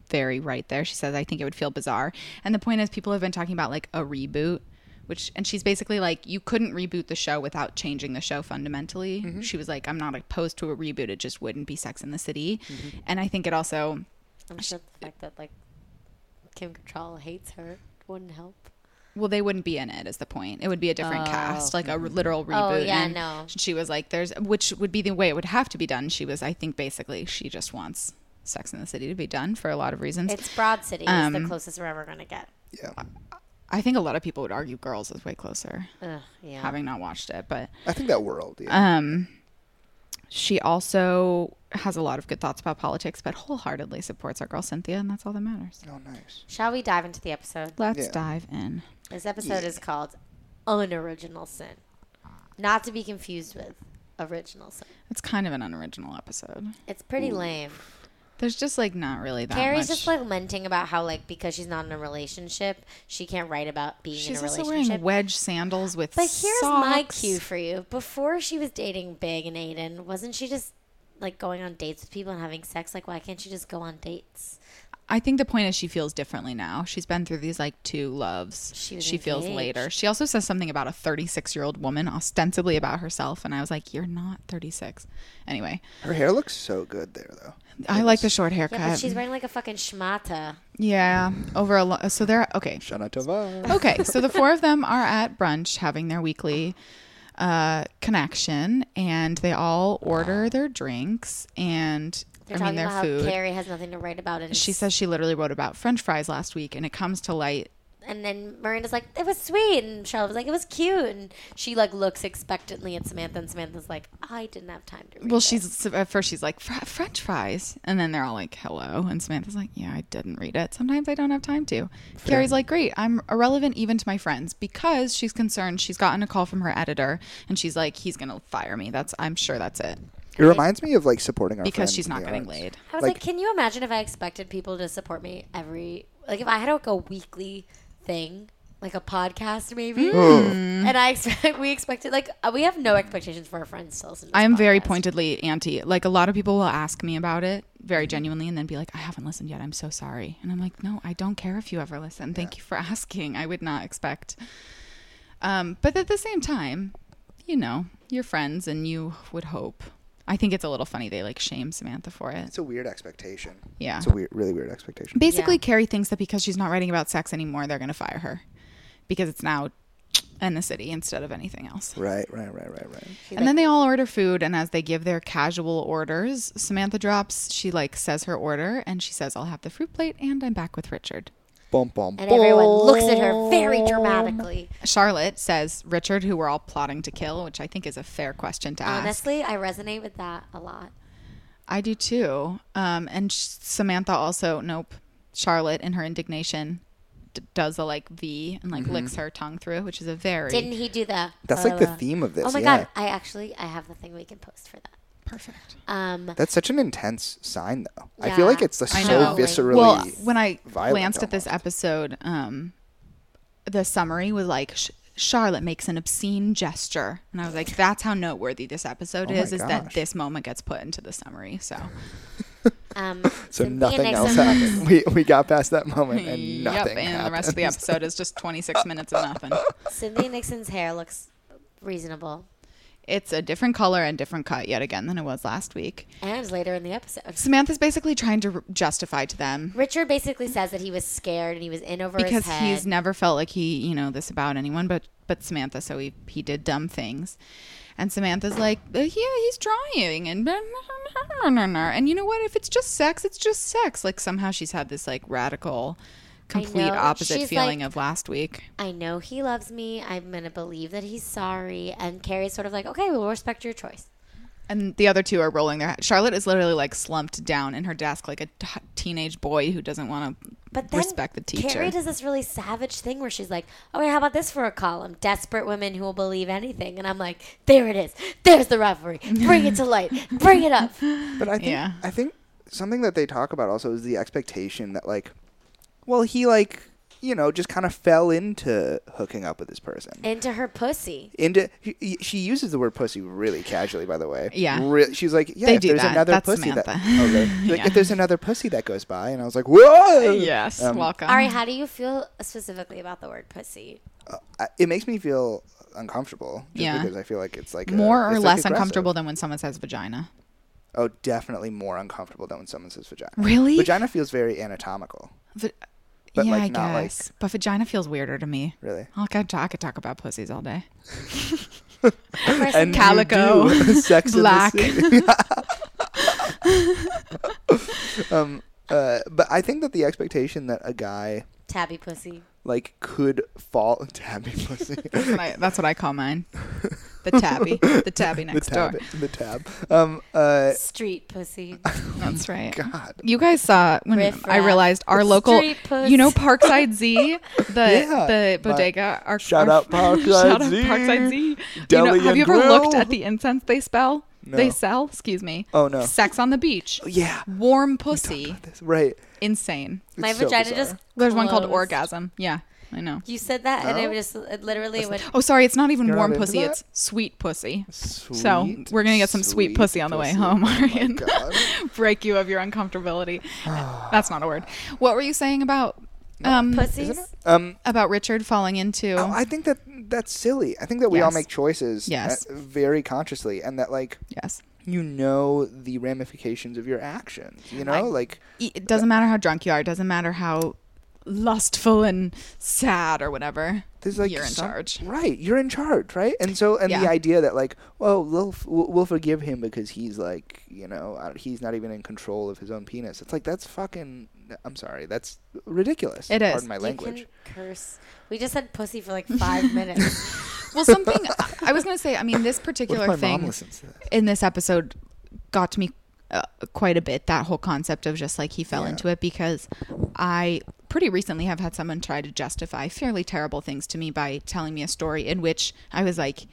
B: very right there. She says, I think it would feel bizarre. And the point is, people have been talking about like a reboot, which, and she's basically like, you couldn't reboot the show without changing the show fundamentally. She was like, I'm not opposed to a reboot, it just wouldn't be Sex in the City. And I think it also.
C: I'm sure the fact that like Kim Cattrall hates her wouldn't help.
B: Well, they wouldn't be in it. Is the point? It would be a different cast, like a r- literal reboot.
C: Oh, yeah,
B: and
C: no.
B: She was like, "There's," which would be the way it would have to be done. She was, I think, basically, she just wants Sex in the City to be done for a lot of reasons.
C: It's Broad City is
B: um,
C: the closest we're ever gonna get.
B: uh,
D: Yeah,
B: I think a lot of people would argue Girls is way closer,
C: Ugh, yeah.
B: having not watched it. But
D: I think that world. Yeah.
B: uh, she also has a lot of good thoughts about politics, but wholeheartedly supports our girl Cynthia, and that's all that matters.
D: oh, nice.
C: Shall we dive into the episode?
B: Let's
D: Yeah.
B: dive in.
C: This episode is called Unoriginal Sin. Not to be confused with Original Sin.
B: It's kind of an unoriginal episode.
C: It's pretty lame.
B: There's just like not really that
C: Carrie's
B: much.
C: just like lamenting about how like because she's not in a relationship, she can't write about being
B: She's
C: in a
B: also
C: relationship.
B: wearing wedge sandals with
C: But here's my
B: socks.
C: cue for you. Before she was dating Big and Aiden, wasn't she just like going on dates with people and having sex? Like, why can't she just go on dates?
B: I think the point is she feels differently now. She's been through these like two loves.
C: She
B: She,
C: was
B: feels
C: engaged.
B: later. She also says something about a 36 year old woman, ostensibly about herself. And I was like, you're not 36. Anyway,
D: Her hair looks so good there, though.
B: I like the short haircut.
C: Yeah,
B: Yeah,
C: but she's wearing like a fucking schmata.
B: over a lo- so they're okay.
D: Shana Tova.
B: Okay, so the four of them are at brunch having their weekly uh, connection, and they all order their drinks and
C: They're
B: I mean
C: talking
B: their
C: about
B: food.
C: how Carrie has nothing to write about, and
B: she says she literally wrote about French fries last week, and it comes to light
C: And then Miranda's like, "It was sweet," and Charlotte was like, "It was cute," and she like looks expectantly at Samantha, and Samantha's like, "I didn't have time to." Read
B: Well,
C: it."
B: she's at first she's like "Fr- French fries, and then they're all like hello, and Samantha's like, yeah, I didn't read it. Sometimes I don't have time to. Carrie's like, great, I'm irrelevant even to my friends because she's concerned. She's gotten a call from her editor, and she's like, he's gonna fire me. That's I'm sure that's it
D: It reminds me of like supporting our
B: because
D: friend
B: she's
D: in the
B: not getting
D: arts.
B: laid.
C: I was like,
D: like-
C: "Can you imagine if I expected people to support me every like if I had like a weekly thing like a podcast maybe.
D: Hmm.
C: And I expect we expected like uh, we have no expectations for our friends to listen. To this
B: I am very
C: podcast.
B: pointedly anti. Like a lot of people will ask me about it very genuinely and then be like, I haven't listened yet. I'm so sorry. And I'm like, no, I don't care if you ever listen. Thank you for asking. I would not expect. Um, but at the same time, you know, you're friends and you would hope. I think it's a little funny they like shame Samantha for it.
D: It's a weird expectation.
B: Yeah.
D: It's a weird, really weird expectation.
B: Basically,
C: Yeah.
B: Carrie thinks that because she's not writing about sex anymore, they're going to fire her because it's now in the city instead of anything else.
D: Right, right, right, right, right.
B: And then they all order food, and as they give their casual orders, Samantha drops. She like says her order, and she says, "I'll have the fruit plate, and I'm back with Richard."
D: Bum, bum,
C: And everyone looks at her very dramatically.
B: Charlotte says, "Richard, who we're all plotting to kill," which I think is a fair question to ask.
C: Honestly, I resonate with that a lot.
B: I do too. Um, and sh- Samantha also, nope. Charlotte, in her indignation, d- does a like V and like licks her tongue through, which is a very
C: Mm-hmm. Didn't he do that?
D: That's like the theme of this.
C: Oh my
D: yeah.
C: god! I actually I have the thing we can post for that.
B: perfect.
C: Um,
D: That's such an intense sign, though. I feel like
C: Yeah.
D: it's the,
C: I
D: so
C: know.
D: viscerally.
B: well when i
D: violent
B: glanced at this episode um the summary was like Sh- charlotte makes an obscene gesture and i was like that's how noteworthy this episode
D: Oh my
B: is is that
D: gosh.
B: this moment gets put into the summary so
C: um,
D: so
C: Cynthia
D: nothing
C: Nixon
D: else
C: was-
D: happened. We, we got past that moment and
B: yep
D: nothing
B: and the rest of the
D: happened.
B: episode is just 26 minutes of nothing
C: Cynthia Nixon's hair looks reasonable,
B: it's a different color and different cut yet again than it was last week
C: and later in the episode,
B: samantha's basically trying to r- justify to them
C: Richard basically says that he was scared and he was in over his
B: because
C: head.
B: he's never felt like he you know this about anyone but but samantha so he he did dumb things and samantha's like "Uh, yeah he's trying and blah, blah, blah, blah, blah, blah." and you know what if it's just sex it's just sex like somehow she's had this like radical complete
C: know.
B: opposite
C: She's
B: feeling
C: like-
B: of last week
C: I know he loves me. I'm gonna believe that he's sorry. And Carrie's sort of like, okay, we'll respect your choice.
B: and the other two are rolling their charlotte is literally like slumped down in her desk like a t- teenage boy who doesn't want to
C: But then
B: respect the teacher
C: Carrie does this really savage thing where she's like, okay, how about this for a column? Desperate women who will believe anything. And I'm like, there it is. There's the rivalry. Bring it to light. Bring it up.
D: But I think
B: Yeah.
D: I think something that they talk about also is the expectation that like, well, he like you know just kind of fell into hooking up with this person.
C: Into her pussy.
D: into he- he- she uses the word pussy really casually, by the way.
B: Yeah.
D: Re- she's like, yeah,
B: They
D: if
B: do
D: there's
B: that.
D: another
B: That's
D: pussy that,
B: Samantha.
D: oh, really? She's like,
B: Yeah.
D: if there's another pussy that goes by, and I was like, whoa.
B: yes
D: Um,
B: welcome
C: Ari, how do you feel specifically about the word pussy?
D: I- it makes me feel uncomfortable. Just
B: Yeah.
D: Because I feel like it's like a-
B: more or
D: it's, like,
B: less
D: aggressive.
B: uncomfortable than when someone says vagina
D: Oh, definitely more uncomfortable than when someone says vagina.
B: Really?
D: Vagina feels very anatomical.
B: Va-
D: But,
B: yeah,
D: like,
B: I
D: not, like-
B: guess. but vagina feels weirder to me.
D: Really?
B: I'll I could talk, I could talk about pussies all day.
D: And you
B: Calico.
D: do. Sex in the
B: Black.
D: City. um, uh, but I think that the expectation that a guy
C: Tabby pussy.
D: like could fall tabby pussy.
B: That's what I, that's what I call mine. The tabby. The tabby
D: the
B: next
D: tab,
B: door.
D: the tab. Um, uh,
C: Street pussy.
B: That's right.
D: God,
B: You guys saw when
C: Riff
B: I
C: raff.
B: realized our local,
C: Street puss.
B: you know, Parkside Z, the
D: Yeah.
B: the
D: My-
B: bodega. Our,
D: Shout
B: our-
D: out Parkside
B: shout out
D: Z.
B: Parkside Z. You
D: Deli
B: know, have
D: and
B: you ever looked
D: grill.
B: at the incense they spell? They
D: No.
B: sell. Excuse me.
D: Oh, no. Oh,
B: Sex on the beach.
D: yeah.
B: Warm pussy.
D: That's right.
B: Insane.
C: My
D: It's so
C: vagina
D: bizarre.
C: just.
B: There's one called
C: closed.
B: orgasm. Yeah, I know.
C: You said that, and
D: No?
C: it just it literally went.
B: Oh, sorry, it's not even
D: You're not
B: warm
D: into
B: pussy.
D: that?
B: It's sweet pussy.
D: Sweet,
B: so we're gonna get some sweet, pussy on the way home,
D: Oh my
B: Arian.
D: God.
B: Break you of your uncomfortability. That's not a word. What were you saying about um
C: Pussies.
D: Um,
B: about Richard falling into?
D: oh, I think that that's silly. I think that we all
B: Yes.
D: make choices,
B: Yes.
D: uh, very consciously, and that like
B: yes.
D: you know the ramifications of your actions. You know,
B: I-
D: like
B: E- It doesn't matter how drunk you are. It doesn't matter how lustful and sad or whatever.
D: There's like
B: you're in
D: some-
B: charge.
D: right? You're in charge, right? And so, and the
B: Yeah.
D: idea that like, well, we'll, f- we'll we'll forgive him because he's like, you know, uh, he's not even in control of his own penis. It's like that's fucking. I'm sorry, that's ridiculous.
B: It is.
D: Pardon my
C: You
D: language.
C: can curse. We just said pussy for like five minutes.
B: Well, something I was gonna say. I mean, this
D: What
B: particular
D: if my
B: thing.
D: mom listens to this?
B: in this episode got to me uh, quite a bit that whole concept of just like he fell into it because I pretty recently have had someone try to justify fairly terrible things to me by telling me a story in which I was like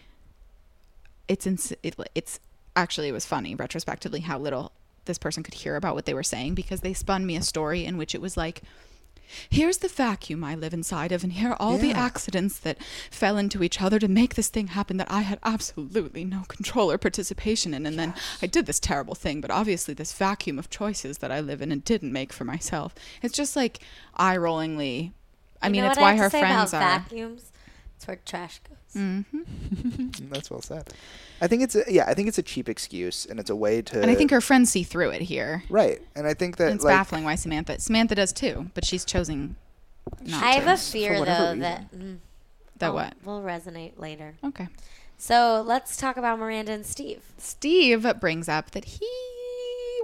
B: it's ins- it, it's actually it was funny retrospectively how little this person could hear about what they were saying because they spun me a story in which it was like here's the vacuum I live inside of, and here are all the
D: Yeah.
B: accidents that fell into each other to make this thing happen that I had absolutely no control or participation in. And then I did this terrible thing, but obviously, this vacuum of choices that I live in and didn't make for myself. It's just like eye rollingly. I
C: You
B: mean,
C: know
B: it's
C: what I
B: why
C: have to
B: her
C: say
B: friends are.
C: about
B: Mm,
C: vacuums. It's where trash goes.
D: Mm, That's well said. I think it's a, yeah. I think it's a cheap excuse, and it's a way to.
B: And I think her friends see through it here.
D: right, and I think that
B: And it's
D: like
B: baffling why Samantha. Samantha does too, but she's choosing not
C: I
B: to.
C: have a fear though
D: whatever
C: that mm,
B: that
C: I'll-
B: what?
C: will resonate later.
B: Okay.
C: So let's talk about Miranda and Steve.
B: Steve brings up that he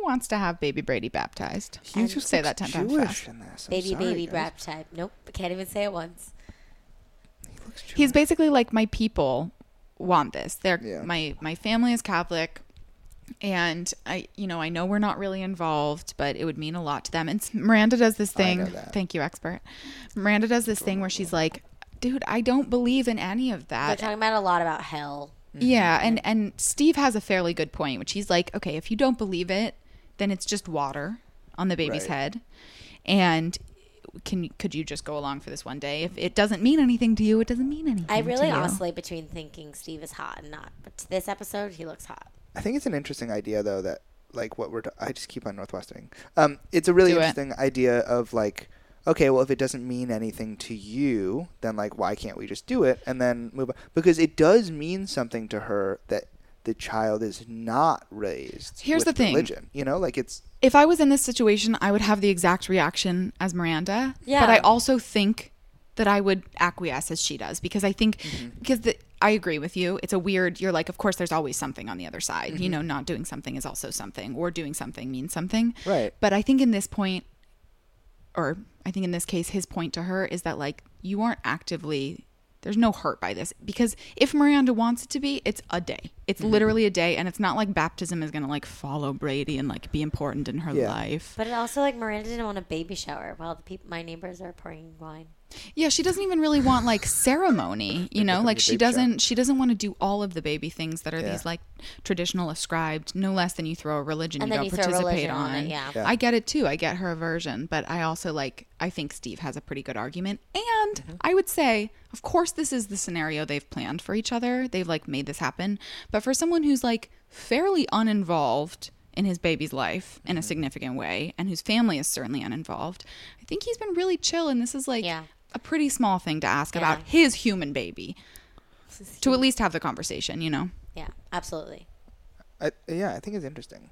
B: wants to have baby Brady baptized.
D: he
C: and
D: just
B: say
D: looks
B: that 10 times
D: Jewish
B: fast.
D: in this. I'm
C: baby,
D: sorry,
C: baby,
D: guys.
C: brap type. Nope, I can't even say it once.
B: He's basically like my people want this. They're
D: Yeah.
B: my my family is Catholic and I you know, I know we're not really involved, but it would mean a lot to them. And s- Miranda does this
D: know
B: thing.
D: that.
B: Thank you, expert. Miranda does this thing where she's like, "Dude, I don't believe in any of
C: We're
B: that."
C: talking about a lot about hell.
B: Yeah, and and Steve has a fairly good point, which he's like, okay, if you don't believe it, then it's just water on the baby's
D: Right.
B: head, and can could you just go along for this one day? If it doesn't mean anything to you, it doesn't mean anything.
C: I really
B: to you.
C: oscillate between thinking Steve is hot and not, but to this episode, he looks hot.
D: I think it's an interesting idea though that like what we're t- I just keep on northwestering. Um, it's a really
B: Do it.
D: interesting idea of like okay, well if it doesn't mean anything to you, then like why can't we just do it and then move on? Because it does mean something to her that the child is not raised
B: Here's
D: with
B: the thing.
D: religion. You know, like it's
B: if I was in this situation, I would have the exact reaction as Miranda.
C: Yeah.
B: But I also think that I would acquiesce as she does because I think because the I agree with you. It's a weird. You're like, of course, there's always something on the other side. You know, not doing something is also something, or doing something means something.
D: Right.
B: But I think in this point, or I think in this case, his point to her is that like you aren't actively. There's no hurt by this because if Miranda wants it to be, it's a day. It's
D: Mm-hmm.
B: literally a day, and it's not like baptism is gonna like follow Brady and like be important in her
D: Yeah.
B: life.
C: But it also, like, Miranda didn't want a baby shower while the peop my neighbors are pouring wine.
B: Yeah, she doesn't even really want like ceremony, you know? Like she
D: baby shower.
B: doesn't she doesn't want to do all of the baby things that are
D: Yeah.
B: these like traditional ascribed no less than you throw a religion
C: And
B: you
C: then
B: don't
C: you throw a
B: participate
C: religion on it, yeah.
D: Yeah.
B: I get it too. I get her aversion, but I also like I think Steve has a pretty good argument. And
C: Mm-hmm.
B: I would say, of course this is the scenario they've planned for each other. They've like made this happen. But for someone who's like fairly uninvolved in his baby's life in a
C: Mm-hmm.
B: significant way and whose family is certainly uninvolved, I think he's been really chill and this is like
C: Yeah.
B: a pretty small thing to ask about
C: Yeah.
B: his human baby to at least have the conversation, you know?
C: Yeah, absolutely.
D: I, yeah, I think it's interesting.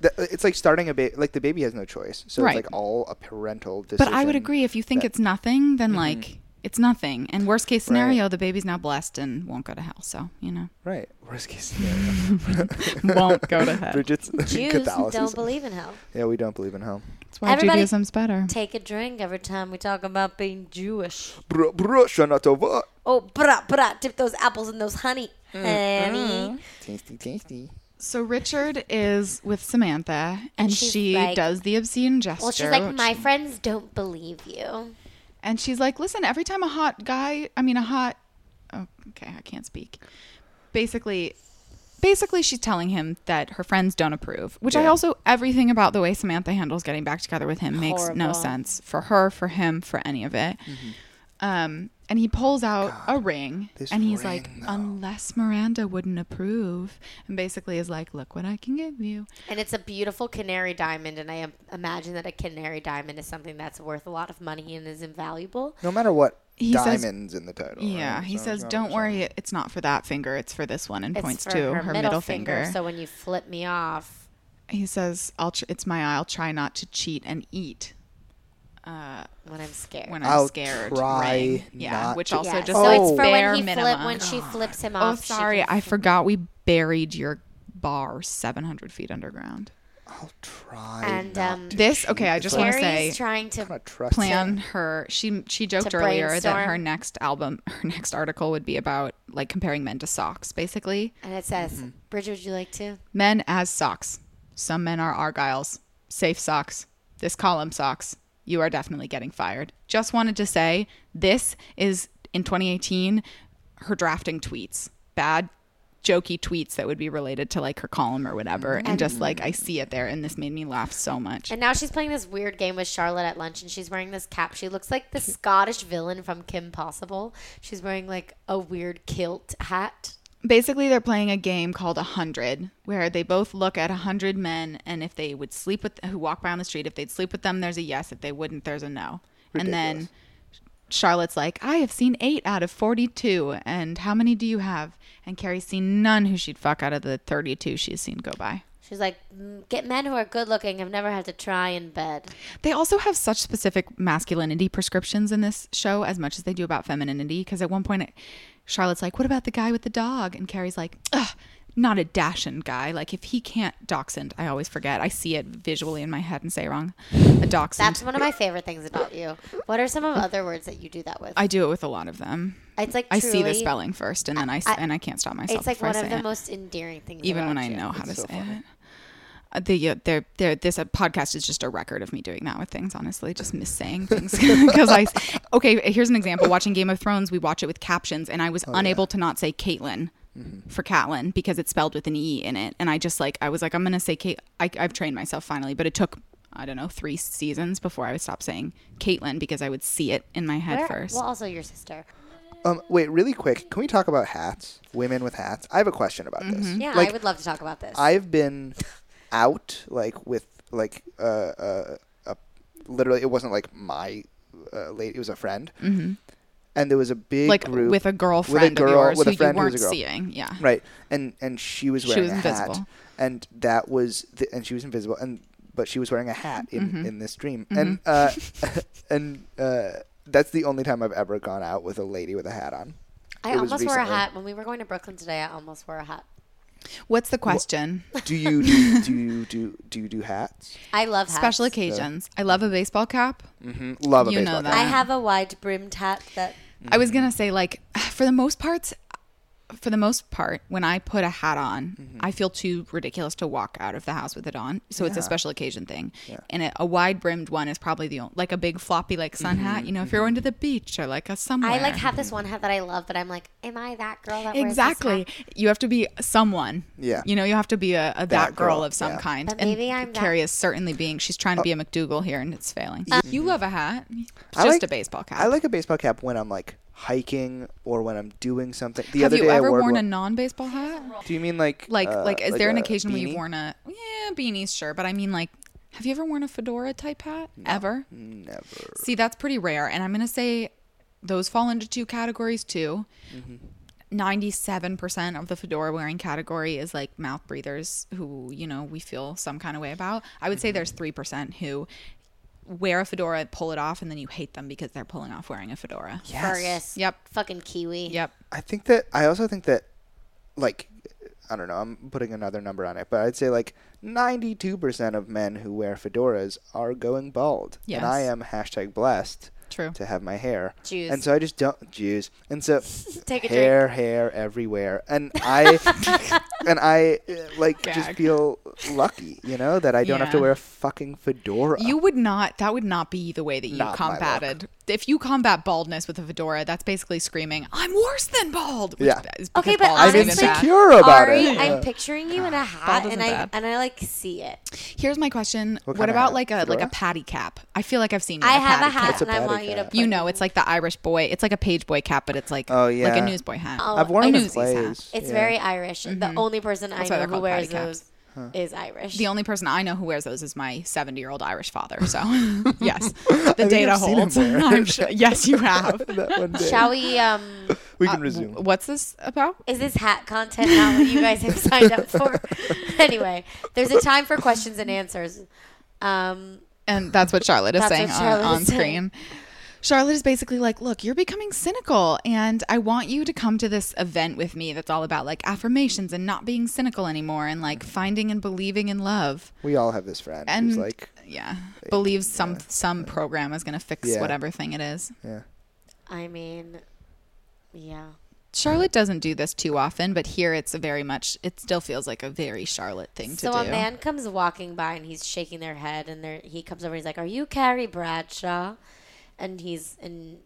D: That, it's like starting a baby. Like the baby has no choice, so
B: Right.
D: it's like all a parental decision.
B: But I would agree if you think it's nothing, then like it's nothing. And worst case scenario, the baby's now blessed and won't go to hell. So, you know,
D: Right. Worst case scenario.
B: won't go to hell.
D: Bridget's
C: Jews don't
D: Catholicism.
C: believe in hell.
D: Yeah, we don't believe in hell.
B: That's why
C: Everybody-
B: Judaism's better.
C: Take a drink every time we talk about being Jewish.
D: Bruh, bruh, Shana Tova.
C: Oh, brah, brah, dip those apples in those honey. Mm. Honey.
D: Tasty, tasty.
B: So Richard is with Samantha and
C: she's
B: she
C: like-
B: does the obscene gesture.
C: Well, she's like,
B: which-
C: my friends don't believe you.
B: and she's like, listen, every time a hot guy, I mean, a hot, oh, okay, I can't speak. Basically, basically, she's telling him that her friends don't approve, which I
D: Yeah.
B: also, everything about the way Samantha handles getting back together with him makes no
C: Horrible.
B: sense for her, for him, for any of it. Um, and he pulls out a ring
D: this
B: and he's
D: ring,
B: like,
D: though.
B: unless Miranda wouldn't approve, and basically is like, look what I can give you.
C: And it's a beautiful canary diamond, and I im- imagine that a canary diamond is something that's worth a lot of money and is invaluable.
D: No matter what,
B: He says-
D: diamonds in the title.
B: Yeah,
D: right?
B: he
D: So
B: says,
D: it's not
B: "Don't
D: much
B: worry, it's not for that finger; it's for this one," and
C: It's
B: points
C: for
B: to her, middle, finger.
C: So when you flip me off,
B: he says I'll tr- it's my I'll try not to cheat and eat
C: when I'm scared.
B: when I'm
D: I'll
B: scared.
D: try
B: ring. yeah,
D: not
B: which
D: to-
B: also
C: yeah,
B: just
C: so
B: like
C: it's for
B: bare
C: when he flip,
B: minimum.
C: when she flips him
B: oh,
C: off. she
B: sorry,
C: can
B: I
C: flip-
B: forgot we buried your bar 700 feet underground.
D: I'll try.
C: And,
D: not
C: um,
D: to
B: This
D: cheat.
B: okay, I
D: It's
B: just
D: like,
B: want to
C: Carrie's
B: say
C: trying to
D: I'm gonna trust
B: plan her. She she joked
C: To
B: earlier that
C: brainstorm.
B: her next album, her next article would be about like comparing men to socks, basically.
C: and it says,
B: Mm-hmm.
C: "Bridget, would you like to?"
B: Men as socks. Some men are argyles. Safe socks. This column socks. You are definitely getting fired. Just wanted to say this is in 2018 her drafting tweets. Bad jokey tweets that would be related to like her column or whatever, and just like I see it there, and this made me laugh so much.
C: And now she's playing this weird game with Charlotte at lunch, and she's wearing this cap. She looks like the Scottish villain from Kim Possible. She's wearing like a weird kilt hat.
B: basically they're playing a game called a hundred where they both look at a hundred men and if they would sleep with who walk by on the street if they'd sleep with them there's a yes if they wouldn't there's a no and then
D: Ridiculous.
B: charlotte's like i have seen eight out of 42 and how many do you have and carrie's seen none who she'd fuck out of the 32 she's seen go by
C: She's like, "Mm, get men who are good looking. I've never had to try in bed.
B: they also have such specific masculinity prescriptions in this show as much as they do about femininity because at one point it, charlotte's like what about the guy with the dog and carrie's like ugh not a dachshund guy like if he can't dachshund i always forget i see it visually in my head and say it wrong a dachshund
C: That's one of my favorite things about you. What are some of other words that you do that with?
B: i do it with a lot of them
C: it's like
B: i see the
C: truly-
B: spelling first and then i, s-
C: I-
B: and i can't stop myself
C: It's like
B: before I
C: one of
B: say
C: the
B: it.
C: most endearing things.
B: even when
C: about
B: I
C: you.
B: know how to
D: It's so
B: say
D: funny.
B: it. Uh, The uh, they're, they're, this uh, podcast is just a record of me doing that with things. Honestly, just missaying things because I. Okay, here's an example. Watching Game of Thrones, we watch it with captions, and I
D: Oh,
B: was unable to not say Caitlin
D: Mm-hmm.
B: for Catelyn because it's spelled with an e in it, and I just like I was like I'm gonna say Kate. I, I've trained myself finally, but it took I don't know three seasons before I would stop saying Caitlin because I would see it in my head
C: Where-
B: first. Mm-hmm.
C: Well, also your sister.
D: Um, wait, really quick. Can we talk about hats? Women with hats. I have a question about
B: Mm-hmm.
D: this.
C: Yeah,
D: Like,
C: I would love to talk about this.
D: I've been out like with like uh, uh, a, literally it wasn't like my uh, lady it was a friend mm-hmm. and there was a big
B: like
D: group
B: with a girlfriend
D: girl-
B: of yours
D: with a
B: who
D: friend
B: you
D: who was
B: weren't
D: a girl.
B: seeing. Yeah.
D: right and and she was
B: She
D: wearing
B: was
D: a hat
B: invisible.
D: and that was the, and she was invisible and but she was wearing a hat in
B: Mm-hmm.
D: in this dream and uh and uh that's the only time I've ever gone out with a lady with a hat on
C: I
D: it was
C: almost wore a
D: recently.
C: hat when we were going to Brooklyn today. I almost wore a hat.
B: What's the question?
D: do you do do you do do you do hats
C: I love hats.
B: Special occasions. I love a baseball cap.
D: Mm, love a
B: You know
D: baseball
B: that.
D: cap
C: I have a wide brimmed hat that
B: I was gonna say like for the most parts, for the most part, when I put a hat on,
D: Mm-hmm.
B: I feel too ridiculous to walk out of the house with it on. So it's a special occasion thing, and a, a wide brimmed one is probably the only, like a big floppy like sun
D: Mm-hmm.
B: hat. You know, if you're going to the beach or like a somewhere.
C: I like have this one hat that I love, but I'm like, am I that girl that wears this hat?
B: exactly. You have to be someone.
D: Yeah.
B: You know, you have to be a, a that, girl,
D: girl,
B: of some
D: yeah. Oh.
B: kind.
C: But maybe I'm that-
B: Carrie is certainly being. She's trying to be a McDougal here, and it's failing.
C: Uh,
B: you love a hat. It's
D: I
B: just
D: like-
B: a baseball cap.
D: I like a baseball cap when I'm like hiking or when I'm doing something. The
B: have
D: other
B: you
D: day
B: ever
D: I wore
B: worn a
D: one.
B: non-baseball hat?
D: Do you mean like
B: like
D: uh,
B: like is there an
D: a
B: occasion where
D: beanie?
B: you've worn a yeah beanies sure but i mean like have you ever worn a fedora type hat ever
D: Never.
B: see that's pretty rare and i'm gonna say those fall into two categories too
D: Mm-hmm.
B: 97% of the fedora wearing category is like mouth breathers who you know we feel some kind of way about i
D: Mm-hmm.
B: would say there's 3% who wear a fedora pull it off and then you hate them because they're pulling off wearing a fedora
C: Fergus.
B: Yep.
C: Fucking kiwi.
B: yep
D: I think that I also think that like I don't know. I'm putting another number on it, but I'd say like 92% of men who wear fedoras are going bald,
B: Yes.
D: and I am hashtag blessed
B: True.
D: to have my hair.
C: Jews.
D: And so I just don't Jews. And so
C: Take a drink.
D: hair, hair everywhere, and I and I uh, like just
B: Gag.
D: feel lucky, you know, that I don't have to
B: Yeah.
D: wear a fucking fedora.
B: You would not. That would not be the way that you
D: Not my look.
B: combated. If you combat baldness with a fedora, that's basically screaming, "I'm worse than bald." Which
D: Yeah.
B: Is
C: Okay,
B: because
C: but
B: bald is
C: honestly,
D: I'm
B: even bad.
D: insecure about
C: Ari,
D: it.
C: I'm picturing you in a hat,
B: isn't
C: and I
B: bad.
C: and I like see it.
B: Here's my question: What,
D: kind of
B: about
D: hat?
B: like a like a
D: Fedora?
B: patty cap? I feel like I've seen. You
C: I
B: in
C: have a
B: patty
C: hat,
D: a
B: Cap.
C: and I
D: patty
C: want you to.
D: cap.
C: put-
B: You know, it's like the Irish boy. It's like a page boy cap, but it's like
D: Oh,
B: like
D: yeah.
B: a newsboy hat.
C: Oh,
D: I've worn
C: I
D: it
C: know-
D: in plays.
C: It's
D: yeah.
C: very Irish. The only person I
B: Mm-hmm. That's why
C: know
B: they're
C: who
B: called
C: wears
B: patty
C: those is Irish.
B: The only person I know who wears those is my 70 year old Irish father. So, yes, the data
D: I've seen him
B: holds.
D: wear it.
B: I'm sure. Yes, you have.
D: that one day.
C: Shall we? Um,
D: we can resume.
B: What's this about?
C: is this hat content not what you guys have signed up for? anyway, there's a time for questions and answers. Um,
B: And that's what Charlotte is
C: That's
B: saying
C: what Charlotte
B: on, on
C: is saying.
B: screen. Charlotte is basically like, look, you're becoming cynical, and I want you to come to this event with me that's all about like affirmations and not being cynical anymore and like finding and believing in love.
D: We all have this friend who's
B: And
D: like,
B: yeah, believes some some program is going to fix
D: Yeah.
B: whatever thing it is.
D: yeah.
C: I mean, yeah.
B: Charlotte doesn't do this too often, but here it's a very much. It still feels like a very Charlotte thing
C: So
B: to
C: a
B: do.
C: man comes walking by and he's shaking their head, and there he comes over. and He's like, "Are you Carrie Bradshaw?" And he's and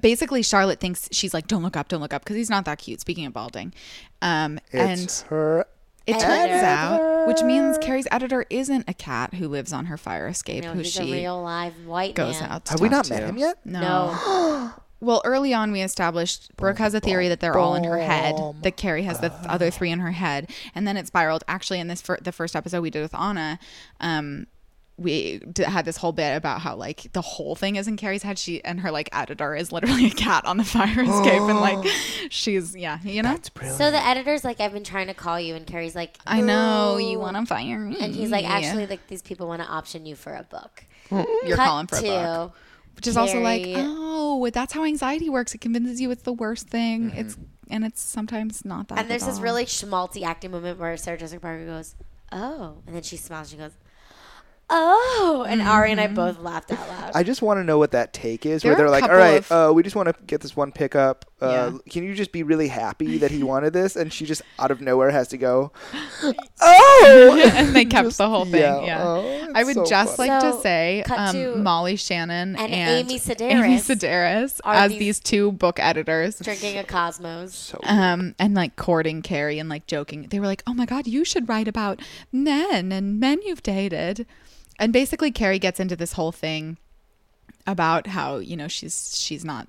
B: basically Charlotte thinks she's like, don't look up, don't look up, because he's not that cute. Speaking of balding, um, and
D: It's her.
B: it turns
C: Editor.
B: out, which means Carrie's editor isn't a cat who lives on her fire escape,
C: No,
B: who
C: he's a
B: she
C: real live white
B: goes
C: man.
B: out. To
D: Have we
B: talk
D: not met
B: to.
D: him yet?
B: No.
C: No,
B: Well, early on, we established Brooke has a theory that they're all in her head. That Carrie has the th- other three in her head, and then it spiraled. Actually, in this fir- the first episode we did with Anna, um, we d- had this whole bit about how like the whole thing is in Carrie's head. She and her like editor is literally a cat on the fire escape, and like she's yeah, you know.
D: That's brilliant.
C: so the editor's like, I've been trying to call you, and Carrie's like,
B: I know you want to fire me.
C: and he's like, actually, like these people want to option you for a book.
B: you're
C: Cut
B: calling for a book.
C: to
B: which is also like
C: Carrie-
B: oh that's how anxiety works it convinces you it's the worst thing it's and it's sometimes not that
C: And there's
B: at
C: this
B: all.
C: really schmaltzy acting moment where Sarah Jessica Parker goes, "Oh," and then she smiles. and She goes, "Oh," and
B: Mm-hmm.
C: Ari and I both laughed out loud.
D: I just want to know what that take is
B: There
D: where
B: are
D: they're
B: a
D: like, all
B: couple
D: right,
B: of-
D: uh, we just want to get this one pickup. Uh, Can you just be really happy that he wanted this? And she just out of nowhere has to go, oh!
B: and they kept the whole thing yeah,
D: yeah. Oh,
B: i
D: it's
B: would
D: so
B: just
D: funny.
B: like to
C: So,
B: say
C: cut
B: um,
C: to-
B: molly shannon
C: and
B: and,
C: Amy Sedaris
B: Amy Sedaris
C: are
B: as
C: these-
B: these, two book editors
C: Drinking a Cosmos.
D: so
B: um, and like courting Carrie and like joking. They were like, "Oh my God, you should write about men and men you've dated." And basically, Carrie gets into this whole thing about how you know she's she's not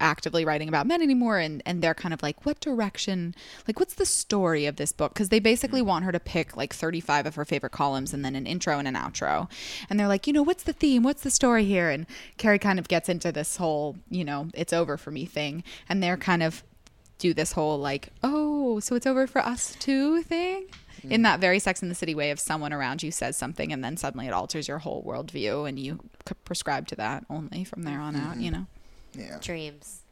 B: actively writing about men anymore, and and they're kind of like, "What direction? Like, what's the story of this book?" Because they basically want her to pick like thirty five of her favorite columns and then an intro and an outro, and they're like, "You know, what's the theme? What's the story here?" And Carrie kind of gets into this whole you know it's over for me thing, and they're kind of do this whole like, oh, so it's over for us too thing. In that very Sex in the City way of someone around you says something and then suddenly it alters your whole worldview and you c- prescribe to that only from there on out, you know?
D: yeah.
C: Dreams.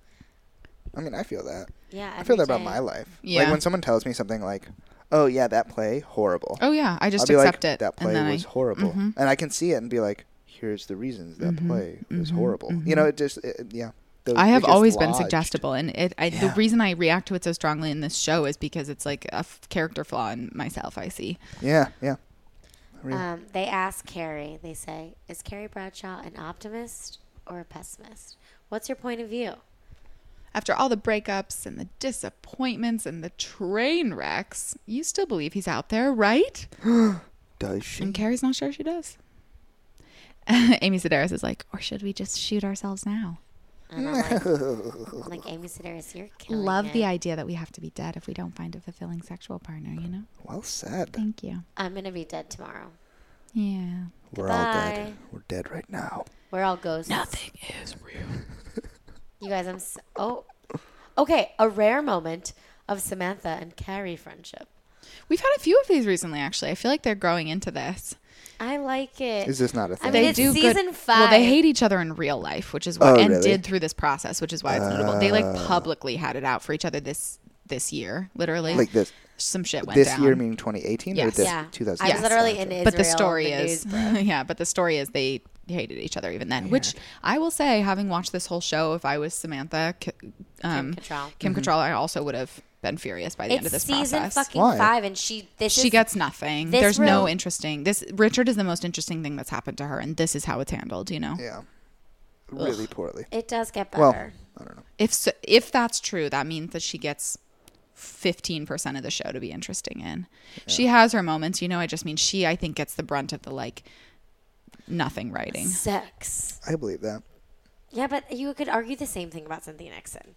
D: I mean, I feel that.
C: Yeah,
D: I feel that
C: every
D: about
C: day.
D: my life. Like
B: Yeah.
D: when someone tells me something like, "Oh yeah, that play horrible,"
B: Oh yeah, I
D: I'll
B: just
D: be
B: accept
D: like,
B: it.
D: "That play
B: and then
D: was
B: I, Mm-hmm.
D: horrible," and I can see it and be like, "Here's the reasons that play was horrible." You know, it just it, yeah. Those-
B: Mm-hmm. I
D: it
B: have
D: gets
B: always been
D: lodged.
B: suggestible, and it, I, the reason I react to it so strongly in this show is because it's like a f- character flaw in myself. I see.
D: Yeah, yeah.
C: Um, they ask Carrie. They say, "Is Carrie Bradshaw an optimist or a pessimist? What's your point of view?"
B: After all the breakups and the disappointments and the train wrecks, you still believe he's out there, right?
D: Does she?
B: And Carrie's not sure she does. Amy Sedaris is like, or should we just shoot ourselves now?
C: And I'm like, I'm like Amy Sedaris, you're killing
B: Love
C: it.
B: the idea that we have to be dead if we don't find a fulfilling sexual partner, you know?
D: Well said.
B: Thank you.
C: I'm gonna be dead tomorrow.
B: Yeah.
D: We're all dead.
C: Goodbye.
D: We're dead right now.
C: We're all ghosts.
B: Nothing is real.
C: You guys, I'm so. Oh. Okay, a rare moment of Samantha and Carrie friendship.
B: We've had a few of these recently, actually. I feel like they're growing into this.
C: I like it.
D: Is this not a
C: I
D: thing?
C: mean, it's
B: do good-
C: season
B: Well,
C: five.
B: they hate each other in real life, which is what
D: Oh,
B: and
D: really? Oh.
B: did through this process, which is why it's notable. They like publicly had it out for each other this this year, literally.
D: like this.
B: some shit went
D: This
B: down.
D: year meaning 2018 or
B: Yes.
D: this
C: yeah.
D: 2000?
C: I was literally in Israel.
B: but the story
C: the
B: is
C: news-
B: yeah but the story is they hated each other even then which i will say having watched this whole show if i was samantha K- um, kim
C: Cattrall.
B: cattrall,
D: Mm-hmm.
B: i also would have been furious by the end of
C: It's
B: this
C: season
B: process
C: fucking
D: Why?
C: five, and she this
B: she
C: is,
B: gets nothing
C: this
B: there's no
C: room-
B: interesting this richard is the most interesting thing that's happened to her and this is how it's handled you know
D: Yeah. Really poorly.
C: It does get
D: Well,
C: better.
D: I don't know.
B: if so, if that's true that means that she gets 15% of the show to be interesting in she has her moments you know i just mean she i think gets the brunt of the like nothing writing
C: Sex.
D: I believe that.
C: Yeah, but you could argue the same thing about Cynthia Nixon.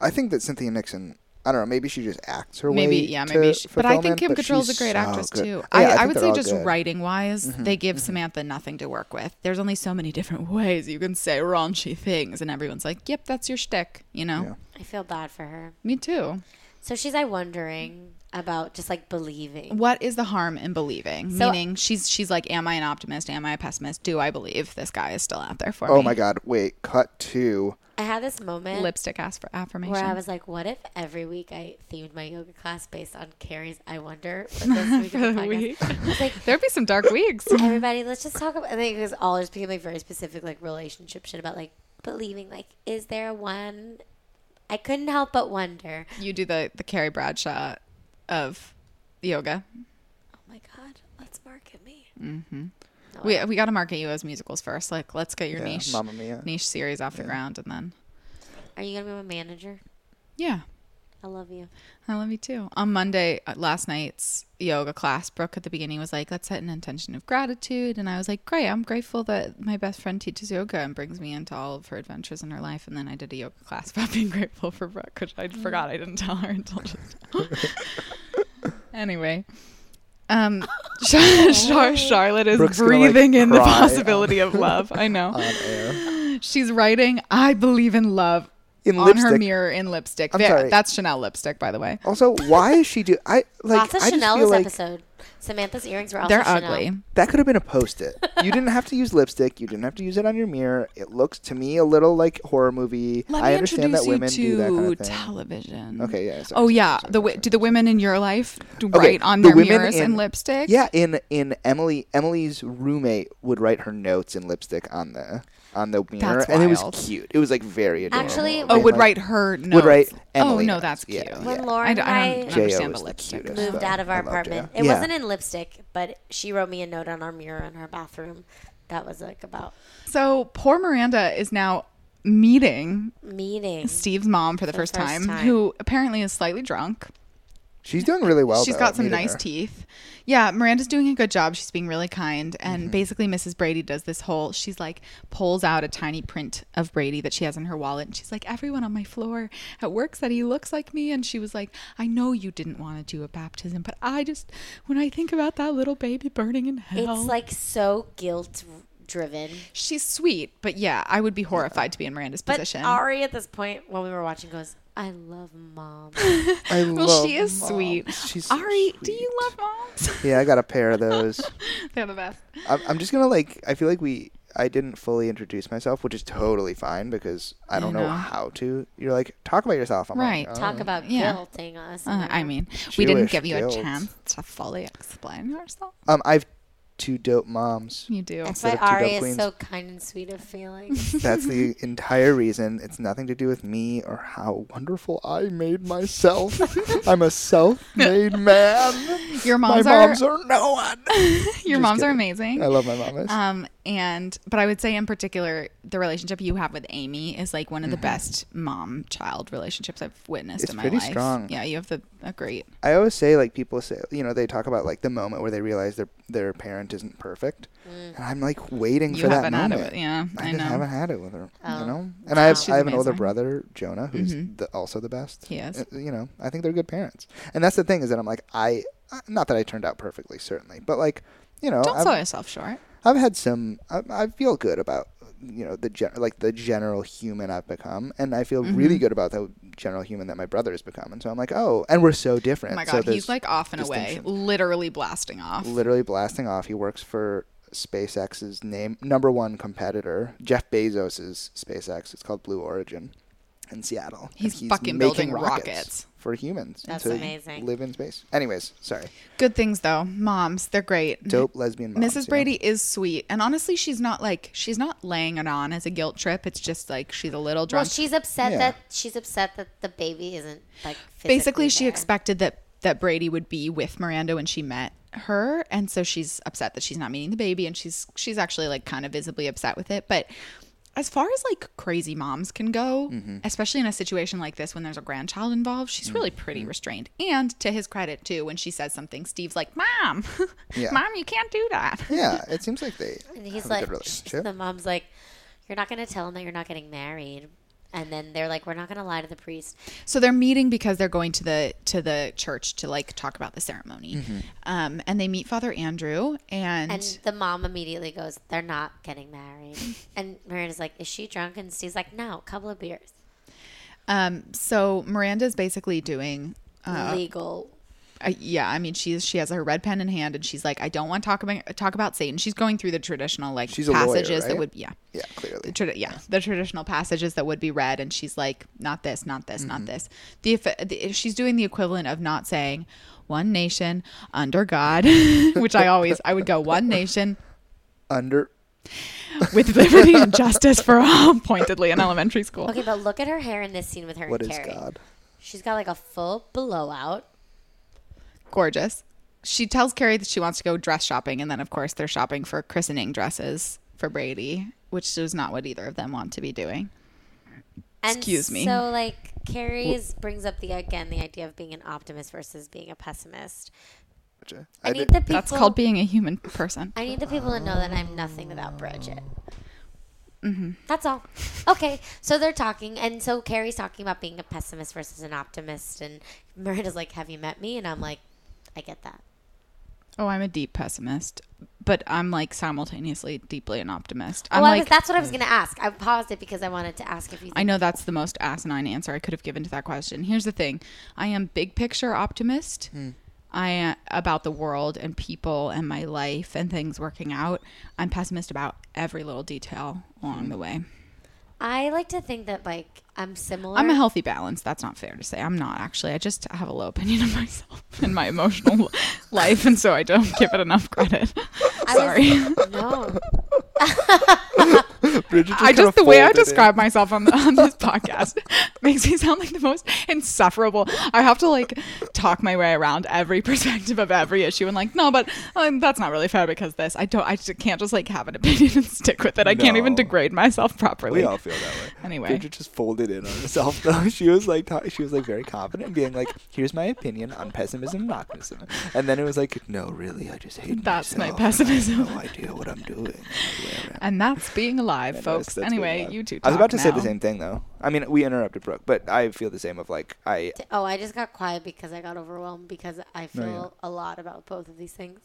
D: I think that Cynthia Nixon. I don't know. Maybe she just acts her
B: maybe
D: way.
B: yeah
D: to
B: maybe she, but i think
D: fulfillment,
B: kim
D: but
B: Cattrall's a
D: she's
B: great
D: so
B: actress
D: good.
B: too
D: Yeah,
B: i, I,
D: think
B: would
D: they're
B: say
D: all
B: just
D: good. Mm-hmm.
B: writing wise they give samantha nothing to work with there's only so many different ways you can say raunchy things and everyone's like yep that's your shtick you know
D: Yeah.
C: I feel bad for her.
B: me too
C: So she's I wondering about just like believing.
B: what is the harm in believing
C: So-
B: meaning she's she's like am i an optimist am i a pessimist do i believe this guy is still out there for me
D: Oh my God! Wait, cut to
C: I had this moment
B: lipstick ass for affirmation
C: where I was like, "What if every week I themed my yoga class based on Carrie's I wonder for this week?"
B: For
C: of
B: the
C: the
B: week.
C: podcast? I was like,
B: there'd be some dark weeks
C: everybody, let's just talk about. And then because all just became like very specific, like relationship shit about like believing. Like, is there one? I couldn't help but wonder.
B: you do the the carrie bradshaw of yoga
C: Oh my god, let's market me.
B: We we got to market you as musicals first. Like, let's get your
D: Yeah,
B: niche
D: Mamma Mia.
B: niche series off the ground, and then
C: Are you gonna be my manager?
B: Yeah.
C: I love you.
B: I love you too. On Monday, uh, last night's yoga class, Brooke at the beginning was like, let's set an intention of gratitude. And I was like, great. I'm grateful that my best friend teaches yoga and brings me into all of her adventures in her life. And then I did a yoga class about being grateful for Brooke, which I forgot I didn't tell her until just now. anyway. Um, Char- Char- Charlotte is
D: Brooke's gonna, like,
B: breathing in the
D: cry Uh, on-
B: possibility of love. I know.
D: on air.
B: She's writing, I believe in love
D: In
B: on her
D: lipstick.
B: mirror in lipstick.
D: I'm
B: Ve-
D: sorry. Oh,
B: That's Chanel lipstick, by the way.
D: Also, why is she do? I like.
C: Lots of
D: I just
C: Chanel
D: feel
C: this
D: like
C: episode. Samantha's earrings were also
B: They're
C: Chanel.
B: ugly.
D: that could have been a post-it. You didn't have to use lipstick. You didn't have to use it on your mirror. It looks to me a little like horror movie.
B: Let
D: I
B: me
D: understand
B: introduce
D: that women
B: you
D: do that kind
B: to
D: of thing.
B: television.
D: Okay, yeah, sorry,
B: oh
D: sorry,
B: yeah,
D: sorry,
B: the
D: sorry,
B: wi- do the women in your life do
D: Okay,
B: write on
D: the
B: their
D: women
B: mirrors in,
D: in-
B: lipstick?
D: Yeah, in in Emily Emily's roommate would write her notes in lipstick on the on the mirror,
B: That's
D: and it was
B: wild.
D: cute. It was like very adorable.
C: Actually,
B: Oh,
D: And,
B: would
D: like,
B: write her notes.
D: would write Emily
B: oh no,
D: notes.
B: that's
D: Yeah,
B: cute.
C: When
D: Yeah.
C: Laura
B: I, d-
C: and
B: I
C: I,
B: don't
D: J.O.
B: understand
D: is
B: the
D: the
B: lipstick.
D: cutest.
B: though.
C: moved
D: stuff.
C: out of
D: I
C: our
D: love J.O.
C: apartment, it
D: Yeah.
C: wasn't in lipstick, but she wrote me a note on our mirror in her bathroom. That was like about
B: So poor Miranda is now meeting
C: meetings.
B: Steve's mom for the first,
C: first
B: time,
C: time.
B: who apparently is slightly drunk.
D: she's doing really well.
B: She's
D: though,
B: got some
D: meeting
B: nice
D: her.
B: teeth. Yeah, Miranda's doing a good job. She's being really kind. And
D: Mm-hmm.
B: basically, Mrs. Brady does this whole, she's like, pulls out a tiny print of Brady that she has in her wallet. And she's like, everyone on my floor at work said he looks like me. And she was like, I know you didn't want to do a baptism, but I just, when I think about that little baby burning in hell.
C: It's like so guilt driven.
B: she's sweet, but yeah, I would be horrified to be in Miranda's
C: But
B: position.
C: Ari at this point, when we were watching, goes, "I love mom."
D: I
B: well,
D: love
B: she is
D: moms.
B: sweet.
D: She's so
B: Ari, do you
D: sweet.
B: love moms?
D: Yeah, I got a pair of those.
B: They're the best.
D: I'm, I'm just gonna like. I feel like we. I didn't fully introduce myself, which is totally fine because I don't know.
B: know.
D: how to. You're like talk about yourself. I'm
B: Right.
D: Like,
C: Talk
D: oh.
C: about
B: yeah.
C: guilting us.
B: Uh, I mean, we
D: Jewish
B: didn't give you
D: guilt.
B: a chance to fully explain yourself.
D: Um, I've two dope moms.
B: You do.
C: that's why
D: instead of two
C: Ari
D: dope
C: is
D: queens.
C: so kind and sweet of feeling.
D: That's the entire reason. It's nothing to do with me or how wonderful I made myself. I'm a self-made man.
B: Your moms,
D: My moms
B: are,
D: are no one.
B: your
D: Just
B: moms are
D: kidding.
B: amazing.
D: I love my mamas.
B: Um and but I would say in particular the relationship you have with Amy is like one of the best mom child relationships I've witnessed
D: Mm-hmm. It's
B: in my
D: pretty
B: life.
D: strong.
B: Yeah, you have the a great
D: I always say like people say you know they talk about like the moment where they realize their their parent isn't perfect, and I'm like waiting
B: Mm. you
D: for that
B: haven't had
D: moment.
B: it. with- Yeah,
D: I,
B: I
D: just
B: know.
D: haven't had it with her,
C: Oh.
D: you know. And I have
B: She's
D: I have an older
B: amazing. Mm-hmm.
D: brother, Jonah, who's the, also the best.
B: He is.
D: Uh, You know, I think they're good parents, and that's the thing is that I'm like I, uh, not that I turned out perfectly, certainly, but like, you know,
B: Don't
D: I've,
B: sell yourself short.
D: I've had some. I, I feel good about you know the gen- like the general human I've become, and I feel
B: Mm-hmm.
D: really good about the general human that my brother has become. And so I'm like, oh, and we're so different.
B: Oh my
D: So
B: god,
D: there's
B: he's like off and away,
D: distinction.
B: literally blasting off.
D: literally blasting off. He works for SpaceX's name number one competitor, Jeff Bezos's SpaceX. It's called Blue Origin in Seattle. And
B: He's fucking building rockets.
D: for humans.
C: That's
D: to
C: amazing.
D: Live in space. Anyways, sorry.
B: Good things though. Moms, they're great.
D: Dope lesbian moms, you know?
B: Mrs. Brady is sweet, and honestly, she's not like she's not laying it on as a guilt trip. It's just like she's a little
C: well,
B: drunk.
C: she's upset
D: Yeah.
C: that she's upset that the baby isn't like. physically
B: Basically, she
C: there.
B: expected that that Brady would be with Miranda when she met her, and so she's upset that she's not meeting the baby, and she's she's actually like kind of visibly upset with it. But as far as like crazy moms can go, especially in a situation like this when there's a grandchild involved, she's really pretty restrained. And to his credit too, when she says something, Steve's like, "Mom,
D: Yeah.
B: mom, you can't do that."
D: Yeah, it seems like they.
C: And he's
D: have a
C: like,
D: good
C: sh-
D: relationship.
C: the mom's like, you're not going to tell him that you're not getting married. And then they're like, we're not going to lie to the priest.
B: So they're meeting because they're going to the to the church to like talk about the ceremony, um, and they meet Father Andrew and,
C: And the mom immediately goes, they're not getting married. And Miranda's like, is she drunk? And Steve's like, no, a couple of beers.
B: um, so Miranda's basically doing.
D: Uh-huh.
B: Uh,
C: Legal.
B: uh, yeah, I mean she's she has her red pen in hand and she's like, I don't want to talk about talk about Satan. She's going through the traditional like
D: She's a lawyer,
B: passages that
D: right?
B: would yeah
D: yeah,
B: the
D: clearly.
B: tradi- yeah, the traditional passages that would be read, and she's like, "Not this, not this,
D: Mm-hmm.
B: not this." The, eff- the she's doing the equivalent of not saying "one nation under God," which I always I would go "one nation
D: Under.
B: with liberty and justice for all" pointedly in elementary school.
C: Okay, but look at her hair in this scene with her
D: What
C: and
D: is
C: Carrie.
D: God?
C: She's got like a full blowout.
B: Gorgeous. She tells Carrie that she wants to go dress shopping, and then of course they're shopping for christening dresses for Brady, which is not what either of them want to be doing.
C: And
B: Excuse me.
C: So like Carrie's brings up the again the idea of being an optimist versus being a pessimist.
D: Which I,
C: I,
D: I
C: need
D: did-
C: the people.
B: That's called being a human person.
C: I need the people to know that I'm nothing without Bridget.
B: Mm-hmm.
C: That's all. Okay, so they're talking, and so Carrie's talking about being a pessimist versus an optimist, and Miranda's like, "Have you met me?" And I'm like, "I get that."
B: Oh, I'm a deep pessimist, but I'm like simultaneously deeply an optimist. I'm
C: well, I was,
B: like, Mm.
C: that's what I was gonna ask. I paused it because I wanted to ask if you.
B: I know that's the most asinine answer I could have given to that question. Here's the thing I am big picture optimist. I am about the world and people and my life and things working out. I'm pessimist about every little detail along the way.
C: I like to think that like I'm similar.
B: I'm a healthy balance. That's not fair to say. I'm not actually. I just have a low opinion of myself and my emotional life, and so I don't give it enough credit.
C: I was-
B: Sorry.
C: no,
D: Bridget just
B: I
D: kinda
B: just the way I
D: folded in.
B: describe myself on, the, on this podcast makes me sound like the most insufferable. I have to like talk my way around every perspective of every issue and like no, but um, that's not really fair because this. I don't. I just can't just like have an opinion and stick with it. I can't even
D: No.
B: degrade myself properly.
D: We all feel that way.
B: Anyway.
D: Bridget just folded in on herself though. She was like, ta- she was like very confident, being like, "Here's my opinion on pessimism and optimism." And then it was like, "No, really, I just hate
B: That's my
D: myself, and I
B: pessimism."
D: have no idea what I'm doing. and where I'm
B: and that's being alive,
D: Yeah, no,
B: folks.
D: that's- that's
B: anyway,
D: good.
B: you two.
D: I was about to
B: talk
D: say the
B: now.
D: same thing though. I mean, we interrupted Brooke, but I feel the same of like I.
C: oh, I just got quiet because I got overwhelmed because I feel
D: yeah.
C: a lot about both of these things.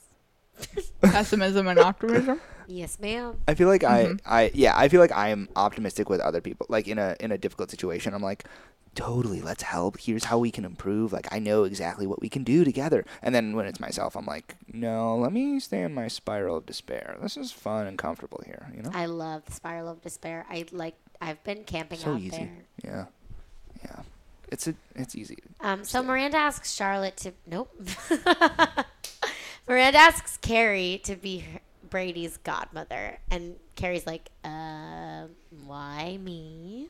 B: Pessimism and optimism.
C: Yes, ma'am.
D: I feel like
C: Mm-hmm.
D: I, I, yeah, I feel like I am optimistic with other people. Like in a in a difficult situation, I'm like, totally, let's help. Here's how we can improve. Like I know exactly what we can do together. And then when it's myself, I'm like, no, let me stay in my spiral of despair. This is fun and comfortable here, you know.
C: I love the Spiral of Despair. I like. I've been camping
D: so
C: out
D: easy.
C: there.
D: Yeah, yeah. It's a, it's easy.
C: Um, so Miranda asks Charlotte to. Nope. Miranda asks Carrie to be her, Brady's godmother, and Carrie's like, uh, "Why me?"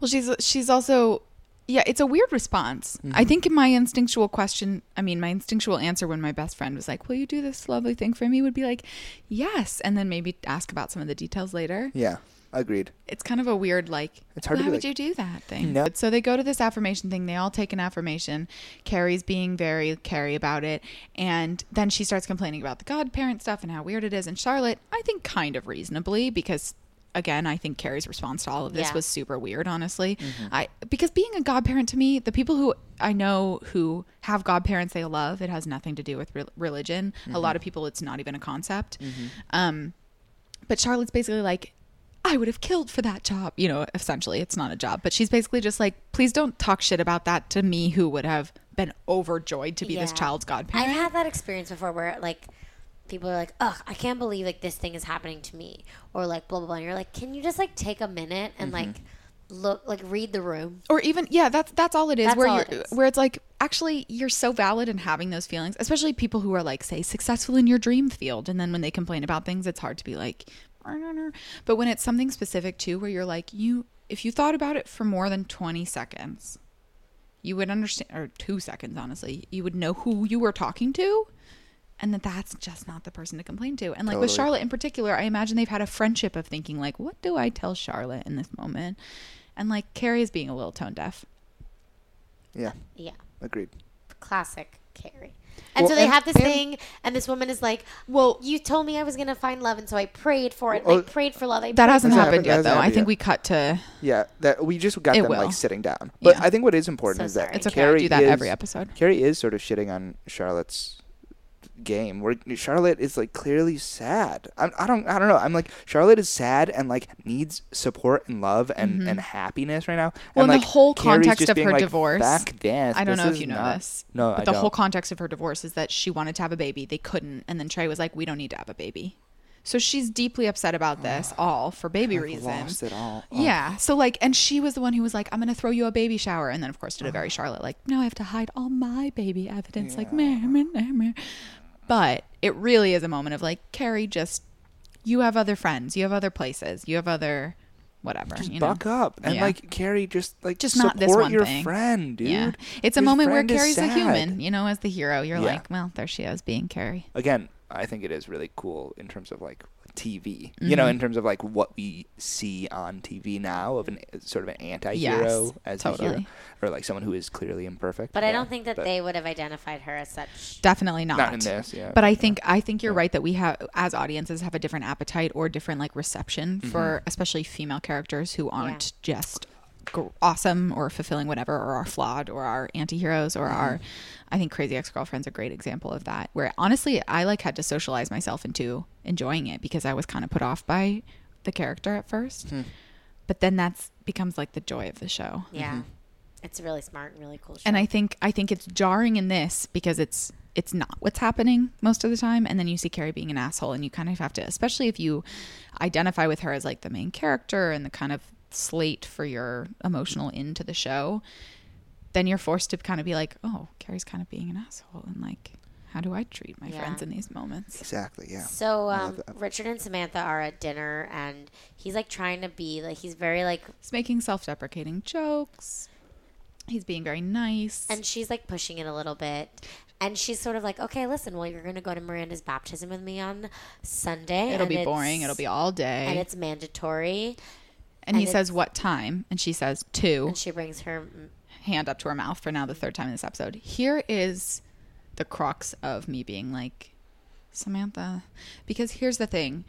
B: Well, she's she's also yeah, it's a weird response. I think in my instinctual question, I mean, my instinctual answer when my best friend was like, "Will you do this lovely thing for me?" would be like, "Yes," and then maybe ask about some of the details later.
D: Yeah, agreed.
B: It's kind of a weird like,
D: It's hard to
B: "Why
D: be
B: would
D: like,
B: you do that?" thing.
D: No.
B: So they go to this affirmation thing. They all take an affirmation. Carrie's being very Carrie about it, and then she starts complaining about the godparent stuff and how weird it is. And Charlotte, I think, kind of reasonably because. Again, I think Carrie's response to all of this
C: Yeah.
B: was super weird honestly
D: Mm-hmm.
B: i because being a godparent to me the people who i know who have godparents they love it has nothing to do with re- religion a
D: Mm-hmm.
B: lot of people it's not even a concept um but charlotte's basically like i would have killed for that job you know essentially it's not a job but she's basically just like please don't talk shit about that to me who would have been overjoyed to be this
C: Yeah.
B: child's godparent
C: I've had that experience before where like people are like, "Ugh, I can't believe like this thing is happening to me," or like blah blah blah. And you're like, "Can you just like take a minute and
B: Mm-hmm.
C: like look like read the room?"
B: or even yeah that's that's all it is
C: That's
B: where
C: all
B: you're
C: it is.
B: where it's like actually you're so valid in having those feelings especially people who are like say successful in your dream field and then when they complain about things it's hard to be like "Arr, arr, arr." but when it's something specific too where you're like you if you thought about it for more than 20 seconds you would understand or 2 seconds honestly you would know who you were talking to and that that's just not the person to complain to. And like with
D: Totally.
B: Charlotte in particular, I imagine they've had a friendship of thinking like, what do I tell Charlotte in this moment? And like Carrie is being a little tone deaf.
D: Yeah,
C: Yeah.
D: agreed.
C: classic Carrie. And so
D: Well,
C: they
D: and-
C: have this
D: and-
C: thing, and this woman is like,
B: Well-
C: "Well, you told me I was gonna find love, and so I prayed for it.
D: Well,
C: I prayed for love. I
B: uh, That
C: prayed
B: hasn't
C: for love."
B: happened
D: That
B: yet,
D: hasn't
B: though. I
D: happened
B: think
D: yet.
B: we cut to.
D: Yeah, that we just got
B: It
D: them
B: will.
D: like sitting down. But
B: Yeah.
D: I think what is important
C: So
D: is that
C: sorry.
B: It's okay. I
D: Carrie
B: do that
D: is,
B: every episode.
D: Carrie is sort of shitting on Charlotte's game where Charlotte is like clearly sad. I'm, I don't I don't know. I'm like Charlotte is sad and like needs support and love and, and happiness right now.
B: Mm-hmm. Well,
D: and,
B: in the
D: like,
B: whole
D: Carrie's
B: context
D: just
B: of
D: being
B: her
D: like,
B: divorce-
D: Fuck this.
B: I don't
D: This
B: know if
D: is
B: you know
D: not-
B: this.
D: No,
B: but
D: I
B: the
D: don't.
B: whole context of her divorce is that she wanted to have a baby. They couldn't, and then Trey was like, "We don't need to have a baby." So she's deeply upset about this all for baby reasons.
D: lost it all. Oh.
B: Yeah. So like, and she was the one who was like, "I'm gonna throw you a baby shower," and then of course did a very Charlotte like, "No, I have to hide all my baby evidence." Like, meh, meh, meh, meh. but it really is a moment of like, Carrie, just you have other friends, you have other places, you have other whatever. you know?
D: Buck up and
B: Yeah.
D: like Carrie, just like
B: just
D: support
B: not this one
D: your
B: thing.
D: friend, dude.
B: Yeah, it's a
D: Your
B: moment where
D: friend is
B: Carrie's a human,
D: sad.
B: you know, as the hero. You're
D: Yeah.
B: like, well, there she is being Carrie.
D: again, I think it is really cool in terms of like TV, you
B: Mm-hmm.
D: know, in terms of like what we see on TV now of an uh, sort of an anti-hero
B: Yes,
D: as a
B: totally.
D: hero, or like someone who is clearly imperfect.
C: But I
D: Yeah,
C: don't think that
D: but
C: they would have identified her as such.
B: Definitely not.
D: not in this, yeah.
B: But I think I think you're right that we have as audiences have a different appetite or different like reception
D: Mm-hmm.
B: for especially female characters who aren't just gr- awesome or fulfilling whatever or are flawed or are anti-heroes
D: Mm-hmm.
B: or are I think Crazy Ex-Girlfriend's a great example of that where honestly I like had to socialize myself into enjoying it because I was kind of put off by the character at first.
D: Hmm.
B: But then that's becomes like the joy of the show.
C: Yeah. It's really smart and really cool. Show.
B: Mm-hmm. And I think I think it's jarring in this because it's it's not what's happening most of the time and then you see Carrie being an asshole and you kind of have to especially if you identify with her as like the main character and the kind of slate for your emotional end to the show then you're forced to kind of be like oh Carrie's kind of being an asshole and like how do I treat my
C: Yeah.
B: friends in these moments
D: exactly, yeah.
C: So um, Richard and Samantha are at dinner, and he's like trying to be like he's very like,
B: he's making self-deprecating jokes he's being very nice
C: and she's like pushing it a little bit, and she's sort of like, okay, listen, well, you're gonna go to Miranda's baptism with me on Sunday.
B: it'll
C: and
B: be
C: it's-
B: boring it'll be all day
C: and it's mandatory.
B: and he
C: and
B: says what time and she says 2
C: And she brings her
B: hand up to her mouth for now the third time in this episode. Here is the crux of me being like Samantha because here's the thing.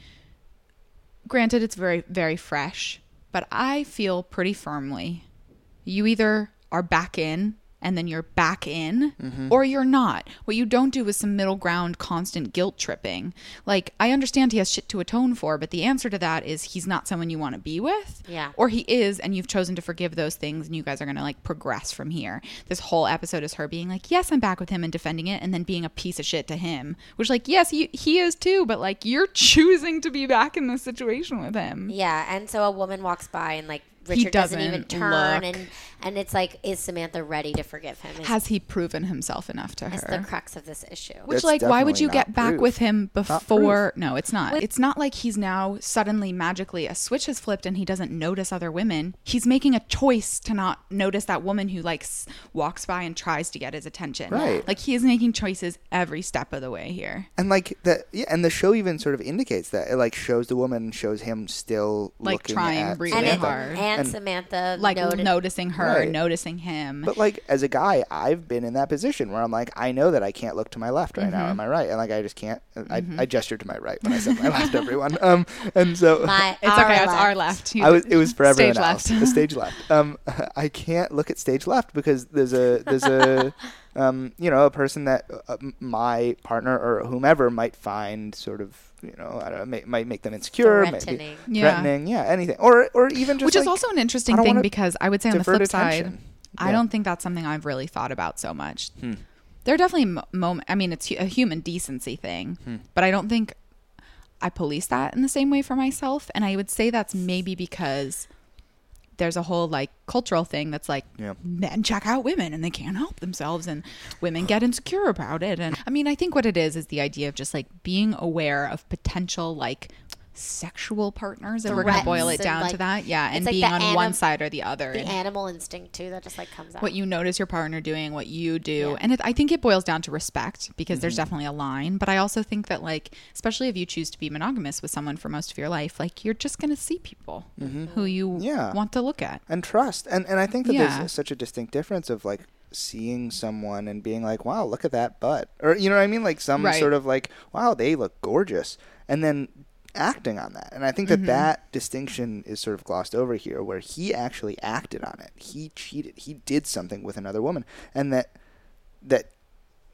B: Granted it's very very fresh, but I feel pretty firmly you either are back in and then you're back in
C: Mm-hmm.
B: or you're not. What you don't do is some middle ground constant guilt tripping. Like I understand he has shit to atone for, but the answer to that is he's not someone you want to be with
C: Yeah.
B: or he is and you've chosen to forgive those things and you guys are going to like progress from here this whole episode is her being like yes i'm back with him and defending it and then being a piece of shit to him which like yes he, he is too but like you're choosing to be back in this situation with him
C: Yeah, and so a woman walks by and like Richard doesn't, even
B: doesn't
C: turn
B: look.
C: and and it's like is Samantha ready to forgive him? Is,
B: has he proven himself enough to
C: is the
B: her
C: crux of this issue.
B: which
D: That's
B: like why would
D: definitely
B: you
D: not
B: get back
D: proof.
B: with him
D: proof.
B: before no it's not it's not like he's now suddenly magically a switch has flipped and he doesn't notice other women he's making a choice to not notice that woman who like s- walks by and tries to get his attention
D: Right.
B: like he is making choices every step of the way here
D: And like that, yeah, and the show even sort of indicates that it like shows the woman, shows him still
B: Like,
D: looking
B: trying
D: at
B: really
C: and, it,
D: Samantha.
B: hard.
C: and, Samantha
B: like
C: noted-
B: noticing her
D: Right.
B: noticing him
D: But like as a guy, I've been in that position where I'm like, I know that I can't look to my left right
B: Mm-hmm.
D: now or my right, and like I just can't. I, I gestured to my right when I said my left, everyone. Um, and so
C: my
B: it's
C: our
B: okay it's our
C: left.
B: left
D: I was. It was for
B: Stage
D: everyone
B: left.
D: else. The stage left. Um, I can't look at stage left because there's a there's a um, you know a person that uh, m- my partner or whomever might find sort of you know I don't know, may, might make them insecure, might be
C: Threatening.
B: Yeah.
D: threatening, yeah, anything, or or even just
B: which is
D: like-
B: also an interesting
D: I don't
B: thing
D: wanna
B: because I would say on the
D: divert
B: flip side,
D: attention.
B: I
D: Yeah. Hmm.
B: don't think that's something I've really thought about so much. There are definitely mo- moment. I mean, it's hu- a human decency thing,
D: Hmm.
B: but I don't think I police that in the same way for myself. And I would say that's maybe because there's a whole like cultural thing that's like
D: Yeah.
B: men check out women and they can't help themselves and women get insecure about it and i mean i think what it is is the idea of just like being aware of potential like sexual partners and we're going to
C: Threats
B: boil it
C: and,
B: down to
C: like,
B: that yeah
C: it's
B: and
C: like
B: being
C: the
B: on
C: anim-
B: one side or the other
C: The
B: and
C: animal instinct too that just like comes out.
B: what you notice your partner doing what you do and it, i think it boils down to respect because
C: Mm-hmm.
B: there's definitely a line but i also think that like especially if you choose to be monogamous with someone for most of your life like you're just going to see people
C: Mm-hmm.
B: who you
D: Yeah.
B: want to look at
D: and trust and and i think that
B: Yeah.
D: there's such a distinct difference of like seeing someone and being like wow look at that butt or you know what i mean like some
B: Right.
D: sort of like wow they look gorgeous and then acting on that and i think that
B: Mm-hmm.
D: that distinction is sort of glossed over here where he actually acted on it he cheated he did something with another woman and that that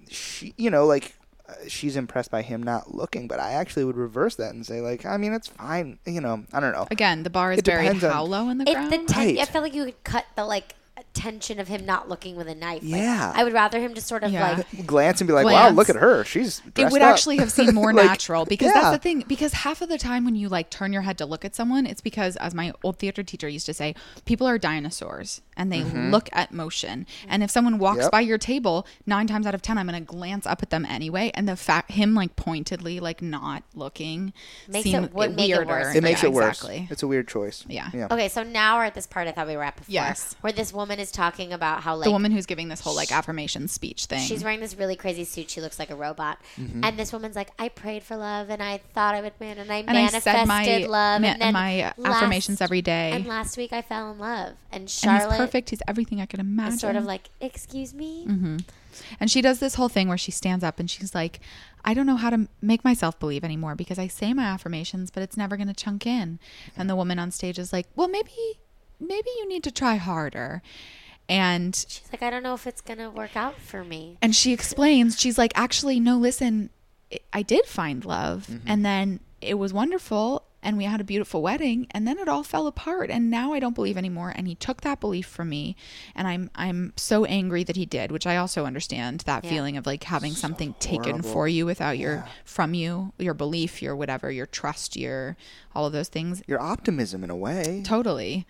D: she you know like uh, she's impressed by him not looking but i actually would reverse that and say like i mean it's fine you know i don't know
B: again the bar is
D: It
B: buried
D: depends on-
B: how low in the
C: if
B: ground
C: the ten-
D: Right.
C: I feel like you could cut the like tension of him not looking with a knife. Like,
D: Yeah.
C: I would rather him just sort of
B: Yeah.
C: like
D: glance and be like,
B: Glance.
D: "Wow, look at her! She's dressed
B: it would
D: up."
B: actually have seemed more
D: Like,
B: natural because that's
D: yeah.
B: the thing because half of the time when you like turn your head to look at someone it's because as my old theater teacher used to say people are dinosaurs and they look at motion and if someone walks
D: Mm-hmm. Yep.
B: by your table nine times out of ten i'm going to glance up at them anyway and the fact him like pointedly like not looking
C: Makes
B: seemed
C: it- would make it
B: weirder.
C: worse.
D: It makes
B: Yeah,
D: it worse.
B: exactly
D: It's a weird choice.
B: Yeah.
D: Yeah.
C: Okay, so now we're at this part I thought we were at before.
B: Yes.
C: Where this woman is is talking about how like
B: the woman who's giving this whole like affirmation speech thing.
C: She's wearing this really crazy suit. She looks like a robot.
B: Mm-hmm.
C: And this woman's like, I prayed for love and I thought I would win and I
B: and I
C: manifested
B: said my
C: love.
B: ma-
C: and then
B: my
C: last-
B: affirmations every day.
C: And last week I fell in love. And
B: and he's
C: Charlotte
B: perfect. He's everything I could imagine. Mm-hmm.
C: is sort of like, Excuse me?
B: And she does this whole thing where she stands up and she's like, I don't know how to m- make myself believe anymore because I say my affirmations, but it's never going to chunk in. And the woman on stage is like, Well, maybe, maybe you need to try harder. And
C: She's like, I don't know if it's gonna work out for me.
B: and she explains, she's like, Actually, no, listen, I- I did find love. And then it was wonderful. And we had a beautiful wedding, and then it all fell apart, and now I don't believe anymore. And he took that belief from me, and I'm I'm so angry that he did, which I also understand that
C: Yeah.
B: feeling of like having something taken for you without your from you, your belief, your whatever, your trust, your all of those things.
D: Your optimism, in a way.
B: Totally.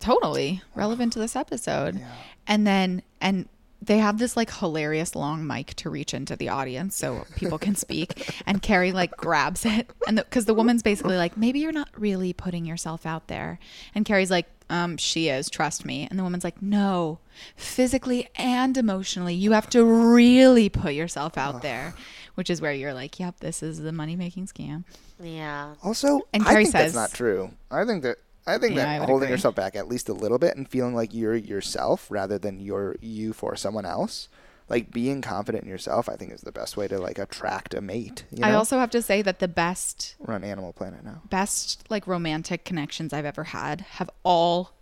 B: Totally relevant to this episode. And then and they have this like hilarious long mic to reach into the audience so people can speak and Carrie like grabs it and cuz the woman's basically like maybe you're not really putting yourself out there. And Carrie's like um she is, trust me. And the woman's like no, physically and emotionally you have to really put yourself out there, which is where you're like, yep, this is the money-making scam.
C: Yeah.
D: Also,
B: And
D: I
B: Carrie
D: think
B: says-
D: that's not true. I think that I think
B: Yeah, I
D: that
B: would
D: holding
B: agree.
D: yourself back at least a little bit and feeling like you're yourself rather than you're you for someone else, like being confident in yourself, I think is the best way to like attract a mate. You know?
B: I also have to say that the best
D: we're on Animal Planet now.
B: best like romantic connections I've ever had have all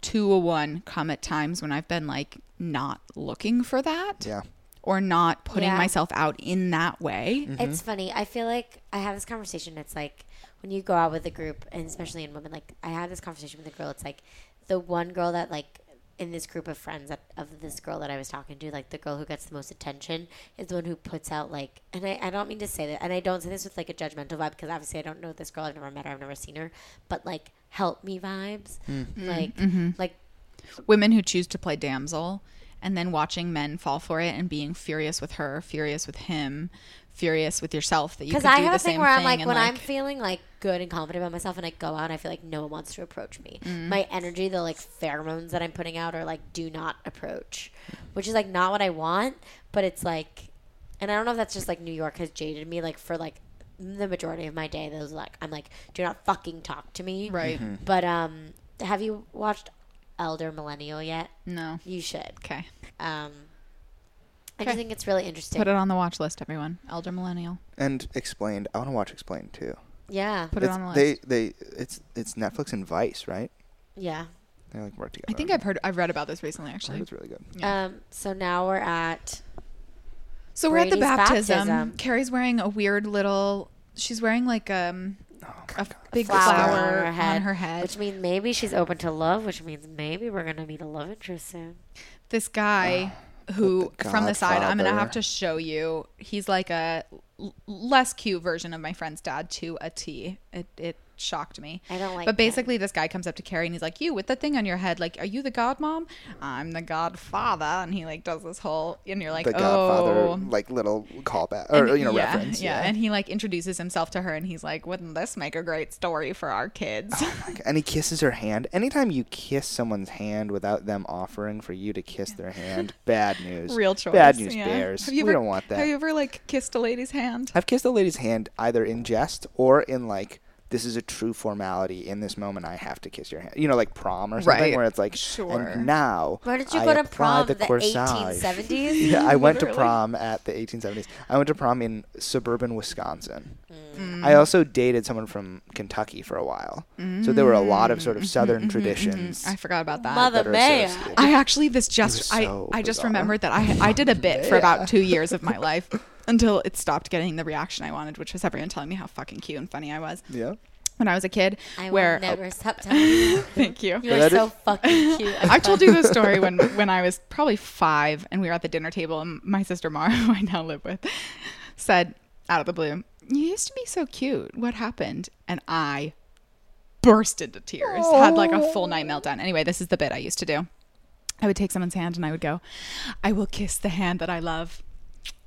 B: two a one come at times when I've been like not looking for that
D: Yeah.
B: or not putting
C: Yeah.
B: myself out in that way.
C: It's funny. I feel like I have this conversation. It's like when you go out with a group, and especially in women, like I had this conversation with a girl. It's like the one girl that like in this group of friends that, of this girl that I was talking to, like the girl who gets the most attention is the one who puts out like, and I, I don't mean to say that, and I don't say this with like a judgmental vibe because obviously I don't know this girl. I've never met her. I've never seen her, but like help me vibes, like like
D: Mm.
B: Women who choose to play damsel and then watching men fall for it and being furious with her, furious with him, furious with yourself that you could
C: Because
B: do
C: I have
B: the
C: a thing
B: same
C: where I'm
B: thing
C: like,
B: and,
C: when I'm
B: like-
C: feeling like good and confident about myself, and I go out, and I feel like no one wants to approach me.
B: Mm-hmm.
C: My energy, the like pheromones that I'm putting out, are like, do not approach, which is like not what I want. But it's like, and I don't know if that's just like New York has jaded me. Like for like the majority of my day, those like I'm like, do not fucking talk to me.
B: right.
C: But um, have you watched Elder Millennial yet?
D: Mm-hmm.
B: No.
C: You should.
B: Okay.
C: Um, I
B: Okay.
C: just think it's really interesting.
B: Put it on the watch list, everyone. Elder Millennial.
D: And explained. I want to watch Explained too.
C: yeah.
B: Put it
D: It's-
B: on the list.
D: they they it's it's Netflix and Vice, right?
C: Yeah.
D: They like work together.
B: I think
D: on
B: I've heard I've read about this recently
D: it. I heard
B: actually.
D: it's really good.
B: Yeah.
C: Um, so now we're at
B: So we're at the
C: Brady's
B: baptism.
C: baptism.
B: Carrie's wearing a weird little. She's wearing like um
D: Oh
B: a big
C: flower,
B: flower, on her head.
C: which means maybe she's open to love, which means maybe we're gonna meet a love interest soon.
B: this guy who
D: Oh, the
B: from the side, I'm gonna have
D: Godfather.
B: to show you. He's like a l- less cute version of my friend's dad to a T. It it shocked me.
C: I don't like
B: But
C: him.
B: basically, this guy comes up to Carrie and he's like, "You with the thing on your head? Like, are you the godmom? I'm the godfather." And he like does this whole, and you're like,
D: The
B: "Oh."
D: Godfather like little callback or
B: And-
D: you know
B: yeah,
D: reference.
B: Yeah. and he like introduces himself to her, and he's like, "Wouldn't this make a great story for our kids?"
D: Like, and he kisses her hand. Anytime you kiss someone's hand without them offering for you to kiss their hand, bad news.
B: Real choice.
D: Bad news
B: yeah.
D: bears.
B: Have you
D: we
B: ever-
D: don't want that.
B: Have you ever like kissed a lady's hand?
D: I've kissed a lady's hand either in jest or in like this is a true formality. In this moment, I have to kiss your hand. You know, like prom or something,
B: Right.
D: where it's like,
B: Sure.
D: And now,
C: Where did you
D: I
C: go to
D: apply
C: prom? The,
D: corsage."
C: 1870s.
D: Yeah, I went to prom at the 1870s. I went to prom in suburban Wisconsin.
B: Mm.
D: I also dated someone from Kentucky for a while, so there were a lot of
B: Mm.
D: sort of Southern traditions.
B: Mm-hmm, I forgot about that.
C: Mother
D: that are
C: Maya.
D: associated.
B: I actually this
D: was
B: just I
D: so
B: I just
D: bizarre.
B: remembered that I I did a bit for about two years of my life until it stopped getting the reaction I wanted, which was everyone telling me how fucking cute and funny I was
D: Yeah.
B: when I was a kid.
C: I
B: where oh,
C: will never stop telling you. that.
B: thank you.
C: You are
D: that
C: so
D: is-
C: fucking cute.
B: I've told you this story when when I was probably five, and we were at the dinner table, and my sister Mara, who I now live with, said out of the blue, "You used to be so cute. What happened?" And I burst into tears, had like a full night meltdown. Anyway, this is the bit I used to do. I would take someone's hand and I would go, "I will kiss the hand that I love."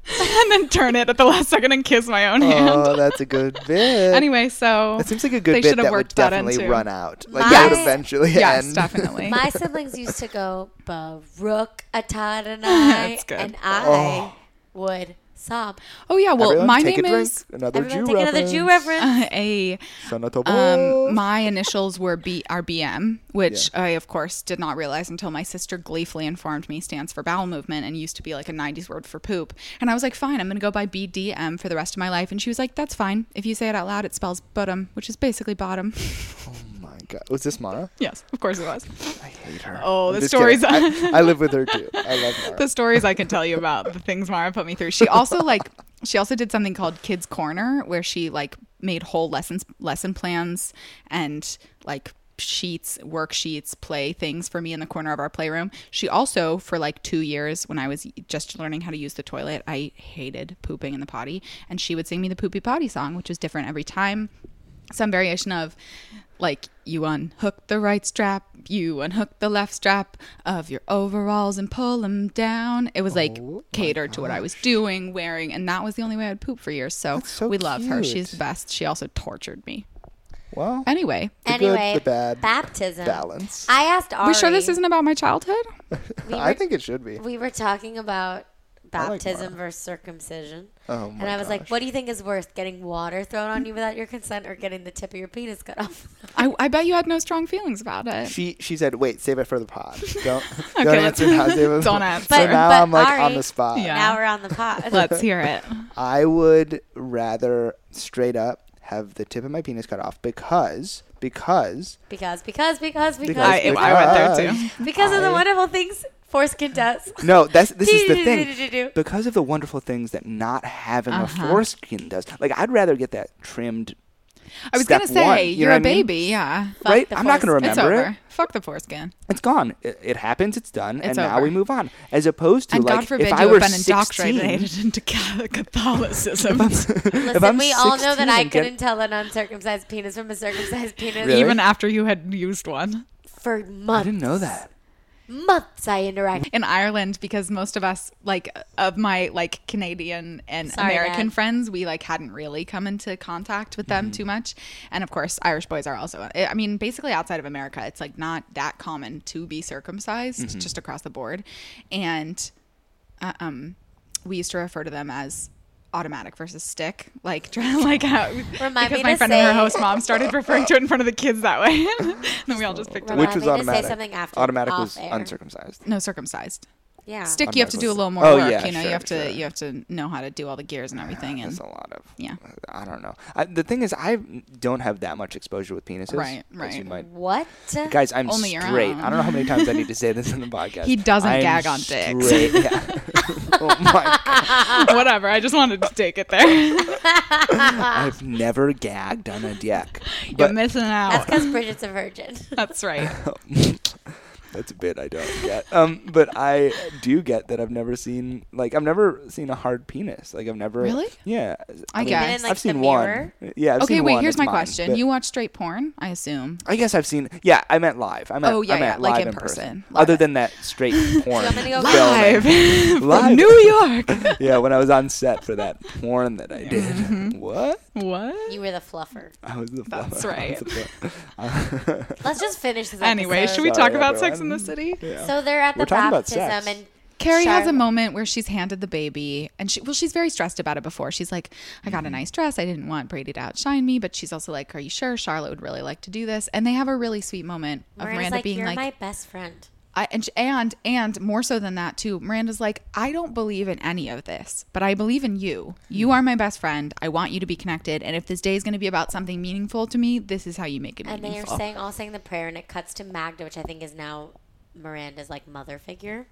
B: and then turn it at the last second and kiss my own hand.
D: Oh, that's a good bit.
B: Anyway, so
D: that seems like a good
B: they
D: bit
B: should have
D: that would
B: worked that
D: definitely
B: into-
D: run out. Like that would
C: My-
D: eventually
B: yes,
D: end.
B: definitely.
C: My siblings used to go Baruch Atad and I,
B: That's good.
C: and I
D: Oh.
C: would sob.
B: oh yeah, well,
D: Everyone
B: my
D: take
B: name
D: a drink.
B: is
D: Another
C: Everyone
D: Jew
C: take
D: reference.
C: another Jew reference.
B: uh, a
D: Son of a
B: Um,
D: wolf.
B: my initials were B R B M, which I of course did not realize until my sister gleefully informed me stands for bowel movement and used to be like a '90s word for poop. And I was like, fine, I'm gonna go by B D M for the rest of my life. And she was like, that's fine. If you say it out loud, it spells bottom, which is basically bottom.
D: Oh my god, was this Mara?
B: yes, of course it was.
D: I hate her.
B: Oh,
D: I'm
B: the
D: just kidding.
B: stories-
D: I, I live with her too. I love Mara.
B: the stories I can tell you about the things Mara put me through. She also like she also did something called Kids Corner where she like made whole lessons lesson plans and like sheets, worksheets, play things for me in the corner of our playroom. She also for like 2 years when I was just learning how to use the toilet, I hated pooping in the potty and she would sing me the poopy potty song, which was different every time some variation of like you unhook the right strap you unhook the left strap of your overalls and pull them down it was
D: Oh
B: like catered to what i was doing wearing and that was the only way i'd poop for years so,
D: That's so
B: we love her she's
D: cute.
B: the best she also tortured me
D: Well,
B: anyway
D: The good,
C: anyway,
D: the bad
C: baptism.
D: balance.
C: I asked Ari.
B: we sure this isn't about my childhood
C: we were,
D: I think it should be.
C: we were talking about
D: like
C: baptism
D: Mara.
C: versus circumcision.
D: Oh my
C: and I was like,
D: gosh.
C: what do you think is worse, getting water thrown on you without your consent or getting the tip of your penis cut off?
B: I, I bet you had no strong feelings about it
D: She she said, "Wait, save it for the pod. Don't
B: Okay,
D: don't
B: let's-
D: answer now. Save it.
B: Don't
D: So
B: answer.
D: now
C: But-
D: I'm like
C: Ari-
D: on the spot.
B: Yeah.
C: Now we're on the pot.
B: let's hear it
D: I would rather straight up have the tip of my penis cut off because because
C: because, because, because, because,
D: Because-
B: I,
C: because,
B: I went there too
C: of the
D: I-
C: wonderful things foreskin does.
D: no that's this is the thing because of the wonderful things that not having a
B: Uh-huh.
D: foreskin does. Like I'd rather get that trimmed.
B: i was
D: step
B: gonna say
D: one, you know
B: you're
D: what I
B: a
D: mean?
B: baby yeah
D: right?
C: the
D: I'm not gonna
C: foreskin.
D: remember
B: it's
D: it.
B: over fuck the foreskin
D: It's gone. It, it happens. It's done. and
B: It's
D: now we
B: over.
D: move on. As opposed to
B: and
D: like
B: God forbid
D: if
B: you
D: I were
B: have been
D: 16,
B: indoctrinated into Ca- Catholicism.
D: if
C: Listen,
D: I'm
C: we all know
D: 16
C: that I
D: and get-
C: couldn't tell an uncircumcised penis from a circumcised penis
D: Really?
B: Even after you had used one.
C: for months.
D: I didn't know that.
C: Months I interacted.
B: In Ireland, because most of us, like, of my, like, Canadian and
C: Sorry,
B: American
C: Dad.
B: friends, we, like, hadn't really come into contact with them too much. And of course, Irish boys are also, I mean, basically outside of America, it's, like, not that common to be circumcised, just across the board. And uh, um, we used to refer to them as automatic versus stick, like try- like how
C: Remind
B: because
C: me
B: my
C: to
B: friend and her
C: say-
B: host mom started referring to it in front of the kids that way, and then we all just picked it
C: Which
B: up.
D: Which
C: Remind was
D: was
C: me to say automatic.
D: automatic.
C: something after
D: automatic
C: off
D: was
C: air.
D: uncircumcised.
B: No circumcised
C: Yeah.
B: stick. You have to do a little more
D: Oh,
B: work.
D: yeah,
B: you know,
D: sure,
B: you have to
D: sure.
B: you have to know how to do all the gears and everything. And
D: That's a lot of.
B: Yeah.
D: I don't know. I, the thing is, I don't have that much exposure with penises.
B: Right,
D: as
B: right.
D: you might-
C: What?
D: Guys, I'm
B: Only your
D: straight.
B: own.
D: I don't know how many times I need to say this in the podcast.
B: He doesn't
D: I'm
B: gag on dicks.
D: straight. Yeah. oh my! God.
B: whatever. I just wanted to take it there.
D: I've never gagged on a dick.
B: You're
D: But
B: missing
C: That's
B: out.
C: because Bridget's a virgin.
B: That's right.
D: That's a bit I don't get. Um, but I do get that I've never seen like I've never seen a hard penis. Like I've never
B: Really?
D: Yeah.
B: I
D: mean,
B: guess.
C: Even in, like,
D: I've seen
C: the
D: one.
C: mirror?
D: Yeah. I've
B: okay,
D: seen
B: wait.
D: one.
B: Here's
D: It's
B: my
D: mine,
B: question.
D: but
B: You watch straight porn, I assume.
D: I guess I've seen. Yeah, I meant live. I meant.
B: Oh, yeah,
D: I meant
B: yeah, like
D: live
B: in
D: in person.
B: person. Live.
D: Other than that straight porn.
C: want me to go
D: filming.
B: Live
D: Live.
B: from New York.
D: yeah, when I was on set for that porn that I did. What?
B: what?
C: you were the fluffer.
D: I was the.
B: Mm-hmm. That's
D: flower. I
B: right.
D: was the flower.
C: Let's just finish this.
B: Anyway,
C: episode.
B: should we talk
D: Sorry,
B: about Sex in
D: everyone.
B: the City?
D: Yeah.
C: So they're at the
D: We're talking about
C: baptism,
D: sex.
C: and
B: Carrie has a
C: Charlotte-
B: moment where she's handed the baby, and she well, she's very stressed about it before. She's like, "I
D: Mm-hmm.
B: got a nice dress. I didn't want Brady to outshine me," but she's also like, "Are you sure Charlotte would really like to do this?" And they have a really sweet moment of
C: Miranda's
B: Miranda
C: like,
B: being
C: "You're
B: like,
C: my best friend."
B: I, and, sh- and and more so than that too miranda's like i don't believe in any of this but i believe in you
C: Mm.
B: you are my best friend i want you to be connected and if this day is going to be about something meaningful to me this is how you make it
C: And they are
B: meaningful
C: saying all saying the prayer, and it cuts to Magda, which I think is now Miranda's like mother figure.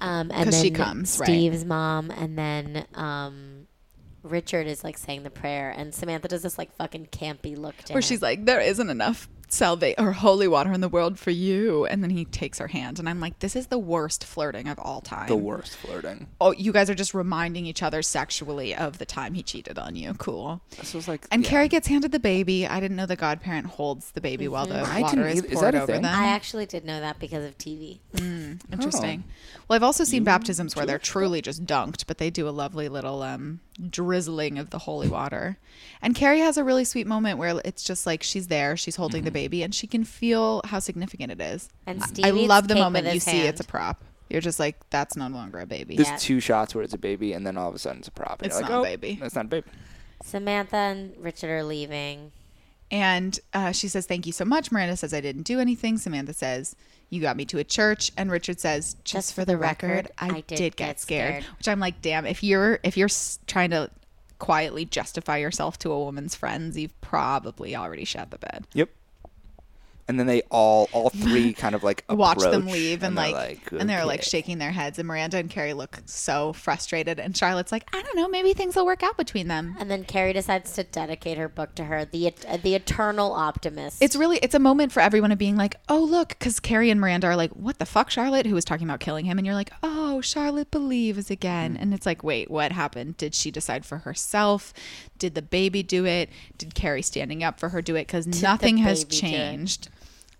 C: Um, and
B: 'Cause she
C: then
B: comes, right.
C: Steve's mom, and then um, Richard is like saying the prayer, and Samantha does this like fucking campy look to
B: where
C: him.
B: she's like there isn't enough salva- or holy water in the world for you. And then he takes her hand. And I'm like, this is the worst flirting of all time.
D: The worst flirting.
B: Oh, you guys are just reminding each other sexually of the time he cheated on you. Cool.
D: This was like
B: And
D: yeah.
B: Carrie gets handed the baby. I didn't know the godparent holds the baby while the
D: Mm-hmm. I
B: water
D: didn't
B: is
D: either. Is
B: poured
D: that a
B: over
D: thing?
B: them.
C: I actually did know that because of TV.
B: Interesting. Oh. Well, I've also seen baptisms where they're truly just dunked, but they do a lovely little um, drizzling of the holy water. And Carrie has a really sweet moment where it's just like she's there, she's holding the baby, and she can feel how significant it is.
C: And
B: I-
C: Steve
B: I
C: eats
B: love the
C: cake
B: moment
C: with
B: you
C: his
B: see it's a
C: hand.
B: prop. You're just like, that's no longer a baby.
D: There's
C: Yeah.
D: two shots where it's a baby, and then all of a sudden it's a prop. and
B: It's
D: you're like,
B: not a
D: "Oh,
B: baby."
D: It's not a baby.
C: Samantha and Richard are leaving.
B: And uh, she says, Thank you so much. Miranda says, I didn't do anything. Samantha says, You got me to a church. And Richard says, Just, for the record, I, did, get, scared.
C: scared.
B: Which I'm like, Damn, if you're if you're s- trying to quietly justify yourself to a woman's friends, you've probably already shat the bed.
D: Yep. And then they all, all three, kind of like
B: Watch them
D: approach,
B: leave and,
D: they're
B: like, and they're like
D: "Okay."
B: shaking their heads. And Miranda and Carrie look so frustrated. And Charlotte's like, I don't know, maybe things will work out between them.
C: And then Carrie decides to dedicate her book to her, the et- the eternal optimist.
B: It's really it's a moment for everyone of being like, oh look, because Carrie and Miranda are like, what the fuck, Charlotte, who was talking about killing him, and you're like, oh, Charlotte believes
C: Mm.
B: again, and it's like, wait, what happened? Did she decide for herself? Did the baby do it? Did Carrie standing up for her do it? Because nothing has
C: baby do it?
B: changed.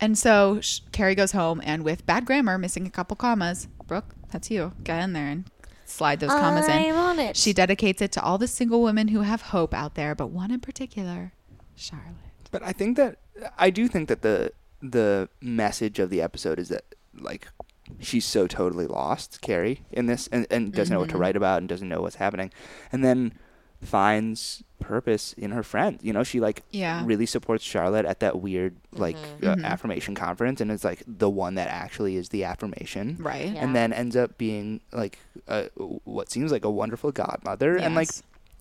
B: And so sh- Carrie goes home, and with bad grammar, missing a couple commas, Brooke, that's you. Get in there and slide those commas in.
C: I'm on it.
B: She dedicates it to all the single women who have hope out there, but one in particular, Charlotte.
D: But I think that I do think that the the message of the episode is that like she's so totally lost, Carrie, in this, and, and doesn't know what
B: Mm-hmm.
D: to write about and doesn't know what's happening, and then finds purpose in her friend. You know, she like
B: Yeah. Mm-hmm.
D: really supports Charlotte at that weird like uh, affirmation conference, and is like the one that actually is the affirmation,
B: Right.
C: Yeah.
D: and then ends up being like a, what seems like a wonderful godmother, and like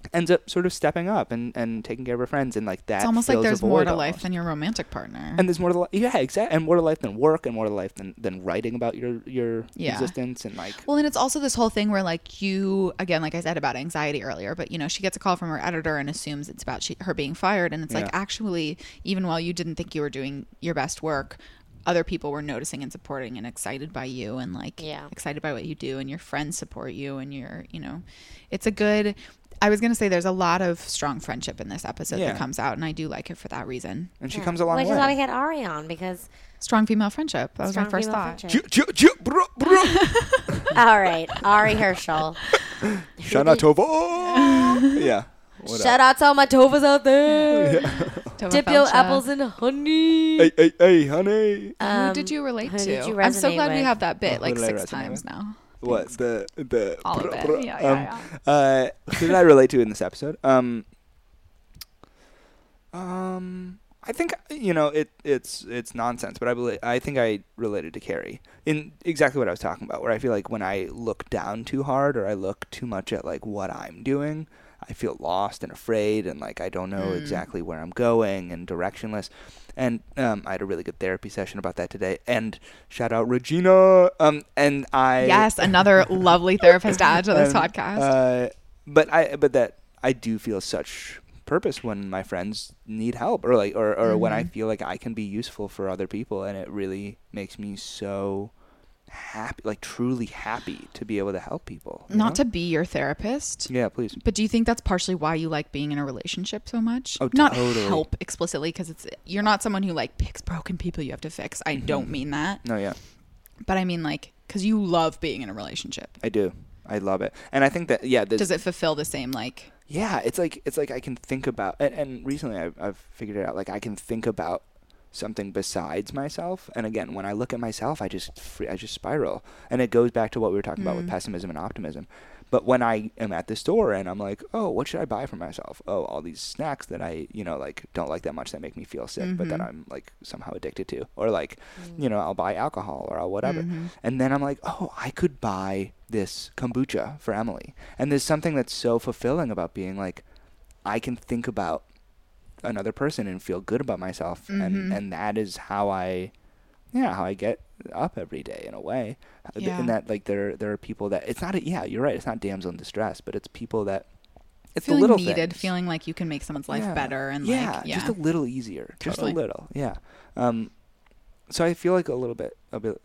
B: Yes.
D: ends up sort of stepping up and, and taking care of her friends, and like that.
B: it's almost like
D: fills a
B: there's more
D: void
B: to life
D: almost.
B: than your romantic partner.
D: And there's more to life. Yeah, exactly. And more to life than work, and more to life than, than writing about your your
B: Yeah.
D: existence, and like
B: well, and it's also this whole thing where, like, you again, like I said about anxiety earlier, but you know, she gets a call from her editor and assumes it's about she, her being fired, and it's like
D: Yeah.
B: actually, even while you didn't think you were doing your best work, other people were noticing and supporting and excited by you, and like
C: Yeah.
B: excited by what you do, and your friends support you, and your you know, it's a good. I was gonna say there's a lot of strong friendship in this episode
D: Yeah.
B: that comes out, and I do like it for that reason.
D: and she comes along.
C: Which
D: way.
C: is why we had Ari on because
B: Strong female friendship. That was
C: strong
B: my first
C: female
B: thought.
C: friendship.
D: Ju- ju- ju- bro- bro.
C: All right, Ari Herschel.
D: Shana Tova. yeah. What up?
C: Shout out to all my tovas out there.
B: Tova
C: Dip your
B: Felcha.
C: apples in honey.
D: Hey, hey, hey, honey.
B: Um, who did you relate
C: who
B: to?
C: did you
B: I'm so
C: resonate
B: glad we
C: with?
B: have that bit
D: Who
B: like
D: did I
B: six
D: resonate
B: times
D: with?
B: now.
D: What the the
B: All of it. Yeah, yeah,
D: yeah. Uh, who did I relate to in this episode? Um, um, I think you know it. It's it's nonsense, but I believe I think I related to Carrie in exactly what I was talking about. Where I feel like when I look down too hard or I look too much at like what I'm doing, I feel lost and afraid and like I don't know
B: Mm.
D: exactly where I'm going and directionless. And um, I had a really good therapy session about that today. And shout out Regina. Um, and I
B: Yes, another lovely therapist to add to this
D: um,
B: podcast.
D: Uh, but I but that I do feel such purpose when my friends need help or like or, or when
B: Mm-hmm.
D: I feel like I can be useful for other people and it really makes me so happy like truly happy to be able to help people. you
B: Not
D: know?
B: to be your therapist.
D: Yeah, please.
B: But do you think that's partially why you like being in a relationship so much?
D: Oh,
B: not
D: totally.
B: help explicitly because it's you're not someone who like picks broken people you have to fix. I don't mean that,
D: Mm-hmm. No, yeah.
B: but I mean like because you love being in a relationship.
D: I do. I love it. And I think that yeah, this,
B: Does it fulfill the same like?
D: yeah it's like it's like i can think about and, and recently I've, I've figured it out like i can think about something besides myself and again when i look at myself i just free, i just spiral and it goes back to what we were talking about with pessimism and optimism but when i am at the store and i'm like oh what should i buy for myself oh all these snacks that i you know like don't like that much that make me feel sick but that i'm like somehow addicted to or like you know i'll buy alcohol or i'll whatever and then i'm like oh i could buy this kombucha for Emily. And there's something that's so fulfilling about being like, I can think about another person and feel good about myself, and and that is how I, yeah, how I get up every day in a way.
B: Yeah.
D: And that like there there are people that it's not a, yeah you're right it's not damsel in distress but it's people that It's
B: feeling
D: the little
B: needed,
D: things.
B: feeling like you can make someone's life better and
D: yeah,
B: like yeah.
D: just a little easier, just a
B: Totally.
D: little, yeah. Um, so I feel like a little bit of a,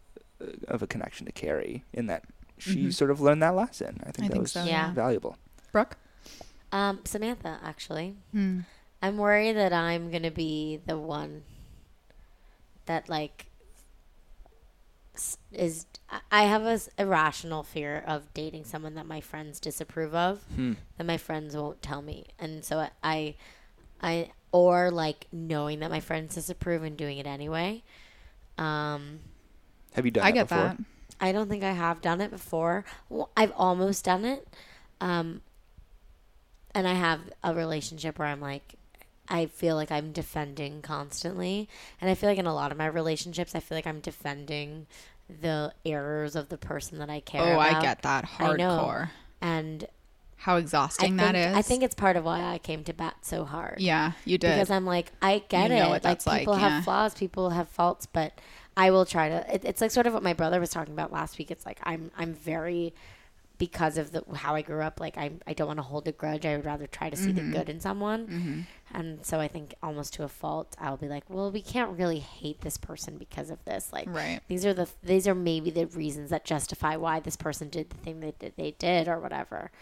D: of a connection to Carrie in that she sort of learned that lesson. I think
B: Mm-hmm. I
D: that
B: think
D: was
B: so.
C: Yeah.
B: Yeah.
D: valuable.
B: Brooke?
C: Um, Samantha, actually,
B: Hmm.
C: I'm worried that I'm gonna be the one that like s- is. I- I have a s- irrational fear of dating someone that my friends disapprove of,
D: Hmm.
C: that my friends won't tell me, and so I- I, I or like knowing that my friends disapprove and doing it anyway. Um,
D: Have you done?
B: I
D: that
B: get
D: before?
B: that.
C: I don't think I have done it before. Well, I've almost done it. Um, and I have a relationship where I'm like, I feel like I'm defending constantly. And I feel like in a lot of my relationships, I feel like I'm defending the errors of the person that I care
B: Oh,
C: about.
B: I get that
C: I know.
B: hardcore.
C: And
B: How
C: I
B: exhausting
C: think,
B: that is.
C: I think it's part of why I came to bat so hard.
B: yeah, you did.
C: Because I'm like, I get
B: You
C: it.
B: know what that's
C: like
B: like,
C: people
B: yeah.
C: have flaws, people have faults, but I will try to. It, it's like sort of what my brother was talking about last week. It's like I'm I'm very because of the how I grew up. Like I I don't want to hold a grudge. I would rather try to see
B: Mm-hmm.
C: the good in someone. And so I think almost to a fault, I'll be like, well, we can't really hate this person because of this. Like
B: Right.
C: these are the these are maybe the reasons that justify why this person did the thing that that they did or whatever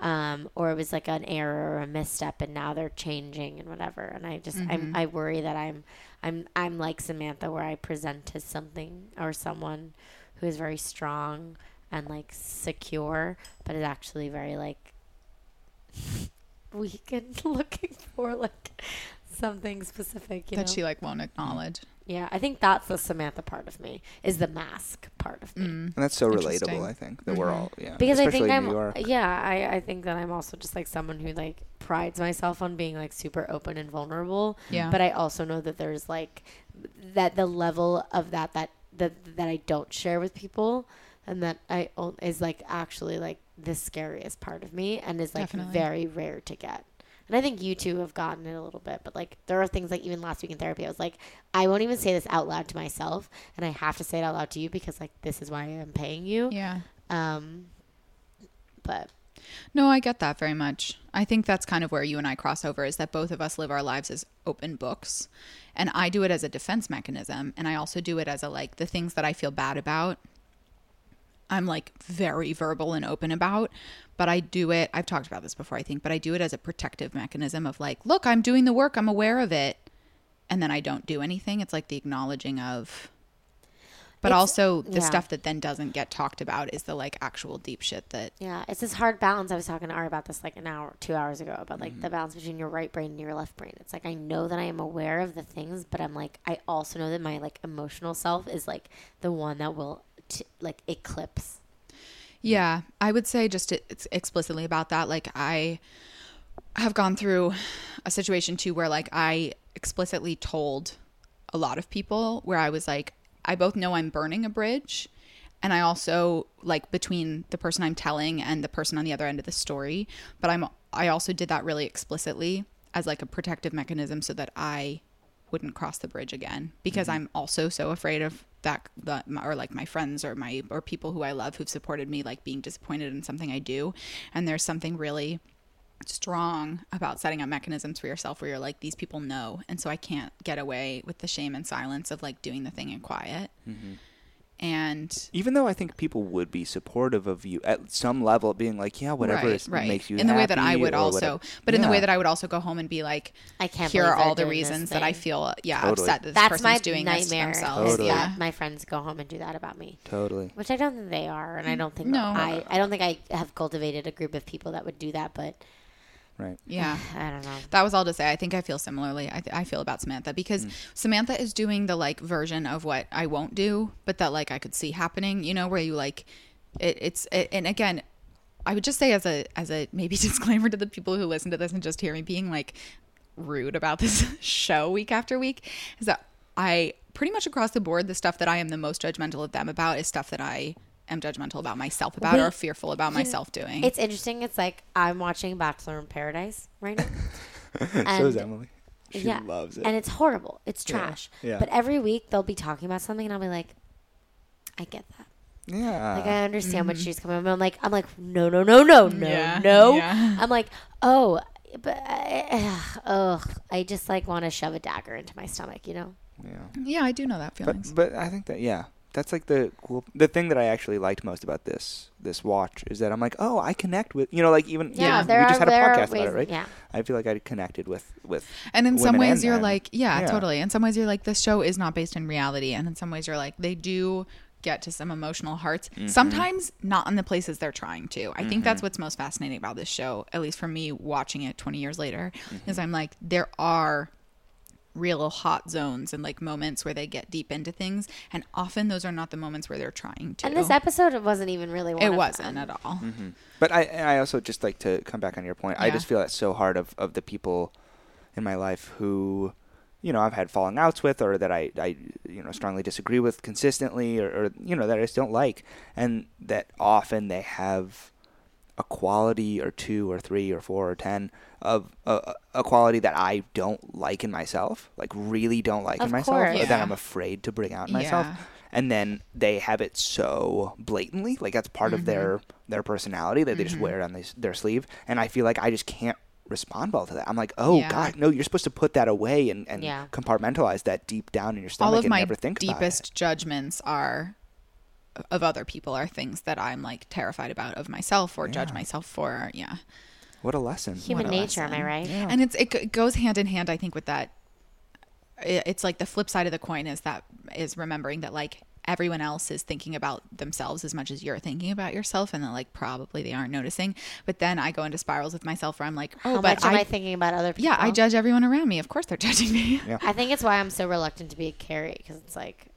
C: um, or it was like an error or a misstep and now they're changing and whatever and i just
B: Mm-hmm.
C: I'm, i worry that i'm i'm i'm like samantha where i present as something or someone who is very strong and like secure but is actually very like weak and looking for like something specific you
B: that
C: know
B: she like won't acknowledge.
C: yeah i think that's the samantha part of me is the mask part of me
B: Mm.
D: And that's so
B: Interesting. Mm-hmm.
D: relatable. I think that we're all yeah.
C: because I
D: Mm. especially
C: think
D: in
C: I'm
D: New York.
C: yeah I, I think that I'm also just like someone who like prides myself on being like super open and vulnerable
B: Yeah.
C: but I also know that there's like that the level of that that that, that I don't share with people and that I own is like actually like the scariest part of me and is like
B: Definitely.
C: very rare to get and I think you two have gotten it a little bit, but like there are things like even last week in therapy, I was like, I won't even say this out loud to myself, and I have to say it out loud to you because like this is why I'm paying you.
B: Yeah.
C: Um, but
B: No, I get that very much. I think that's kind of where you and I cross over is that both of us live our lives as open books. And I do it as a defense mechanism. And I also do it as a like the things that I feel bad about, I'm like very verbal and open about. But I do it, I've talked about this before, I think, but I do it as a protective mechanism of like, look, I'm doing the work, I'm aware of it. And then I don't do anything. It's like the acknowledging of. But
C: It's-
B: also the
C: yeah.
B: stuff that then doesn't get talked about is the like actual deep shit that
C: yeah, it's this hard balance. I was talking to Ari about this like an hour, two hours ago about like
B: Mm-hmm.
C: the balance between your right brain and your left brain. It's like I know that I am aware of the things, but I'm like I also know that my like emotional self is like the one that will t- like eclipse.
B: Yeah, I would say just to- it's explicitly about that. Like, I have gone through a situation too where, like, I explicitly told a lot of people where I was like, I both know I'm burning a bridge. And I also, like, between the person I'm telling and the person on the other end of the story, but I'm, I also did that really explicitly as like a protective mechanism so that I wouldn't cross the bridge again because I'm also so afraid of that, that or like my friends or my or people who I love who've supported me like being disappointed in something I do and there's something really strong about setting up mechanisms for yourself where you're like these people know and so I can't get away with the shame and silence of like doing the thing in quiet
D: Mm-hmm.
B: and
D: Even though I think people would be supportive of you at some level, being like, yeah, whatever
B: right,
D: is,
B: right.
D: makes you
B: in the way that I
D: happy
B: would
D: or
B: also
D: whatever.
B: but in the way
D: Yeah.
B: that I would also go home and be like
C: I can't
B: here
C: believe
B: are
C: they're
B: all the
C: doing this
B: reasons that I
C: thing.
B: feel yeah
D: Totally.
B: upset that this
C: That's
B: person's
C: my
B: doing this to
C: nightmare.
B: themselves
C: Is
D: Totally.
C: that my friends go home and do that about me,
D: totally.
C: which I don't think they are, and I don't think
B: Mm, No.
C: I I don't think I have cultivated a group of people that would do that. But
D: Right.
B: yeah
C: I don't know.
B: That was all to say. I think I feel similarly. I, th- I feel about Samantha because Samantha is doing the like version of what I won't do, but that like I could see happening. You know, where you like, it, it's it, and again, I would just say as a as a maybe disclaimer to the people who listen to this and just hear me being like rude about this show week after week is that I pretty much across the board the stuff that I am the most judgmental of them about is stuff that I am judgmental about myself about
C: Wait,
B: or fearful about myself doing.
C: It's interesting. It's like I'm watching Bachelor in Paradise right now.
D: so
C: And-
D: is Emily. She loves it.
C: And it's horrible. It's trash.
D: yeah.
C: But every week they'll be talking about something and I'll be like, I get that.
D: Yeah.
C: Like I understand what she's coming from. I'm like I'm like no no no no no
B: Mm-hmm. Yeah,
C: no.
B: yeah.
C: I'm like oh but I, ugh, I just like want to shove a dagger into my stomach, you know.
D: yeah.
B: Yeah, I do know that feeling.
D: But but I think that yeah, that's like the cool the thing that I actually liked most about this this watch is that I'm like oh I connect with you know like even
C: Yeah,
D: we,
C: there
D: we just
C: are-
D: had a
C: there are
D: podcast about
C: ways-
D: it right
C: yeah.
D: I feel like I connected with with
B: And in some
D: women
B: ways,
D: and
B: you're
D: men.
B: like, yeah,
D: Yeah.
B: totally. In some ways, you're like, this show is not based in reality. And in some ways, you're like, they do get to some emotional hearts,
D: Mm-hmm.
B: sometimes not in the places they're trying to. I think that's what's most fascinating about this show, at least for me watching it 20 years later,
D: Mm-hmm.
B: is I'm like, there are real hot zones and like moments where they get deep into things. And often those are not the moments where they're trying to.
C: And this episode wasn't even really one
B: it
C: of
B: wasn't
C: them.
B: at all.
D: Mm-hmm. But I and I also just like to come back on your point. I
B: Yeah.
D: just feel that so hard of, of the people in my life who, you know, I've had falling outs with or that I, I you know, strongly disagree with consistently or, or you know, that I just don't like. And that often they have a quality or two or three or four or ten of a, a quality that I don't like in myself, like really don't like
C: Of
D: in myself,
C: course.
D: or that
B: Yeah.
D: I'm afraid to bring out in myself
B: Yeah.
D: and then they have it so blatantly like that's part
B: Mm-hmm.
D: of their their personality that they just wear it on this, their sleeve and i feel like i just can't respond well to that i'm like oh
B: Yeah.
D: god no you're supposed to put that away and, and
C: Yeah.
D: compartmentalize that deep down in your stomach
B: all of
D: and
B: my
D: never think
B: deepest judgments are of other people are things that I'm like terrified about of myself or judge myself for. Yeah.
D: about it what a lesson
C: Human
B: What a
C: nature, am I
B: lesson.
C: right?
B: And it's it, g- it goes hand in hand I think with that i- it's like the flip side of the coin is that is remembering that like everyone else is thinking about themselves as much as you're thinking about yourself and that like probably they aren't noticing. But then I go into spirals with myself where I'm like, "Oh,
C: How
B: but
C: much am I
B: I
C: thinking about other people?
B: yeah, I judge everyone around me. Of course they're judging me."
C: I think it's why I'm so reluctant to be a carry because it's like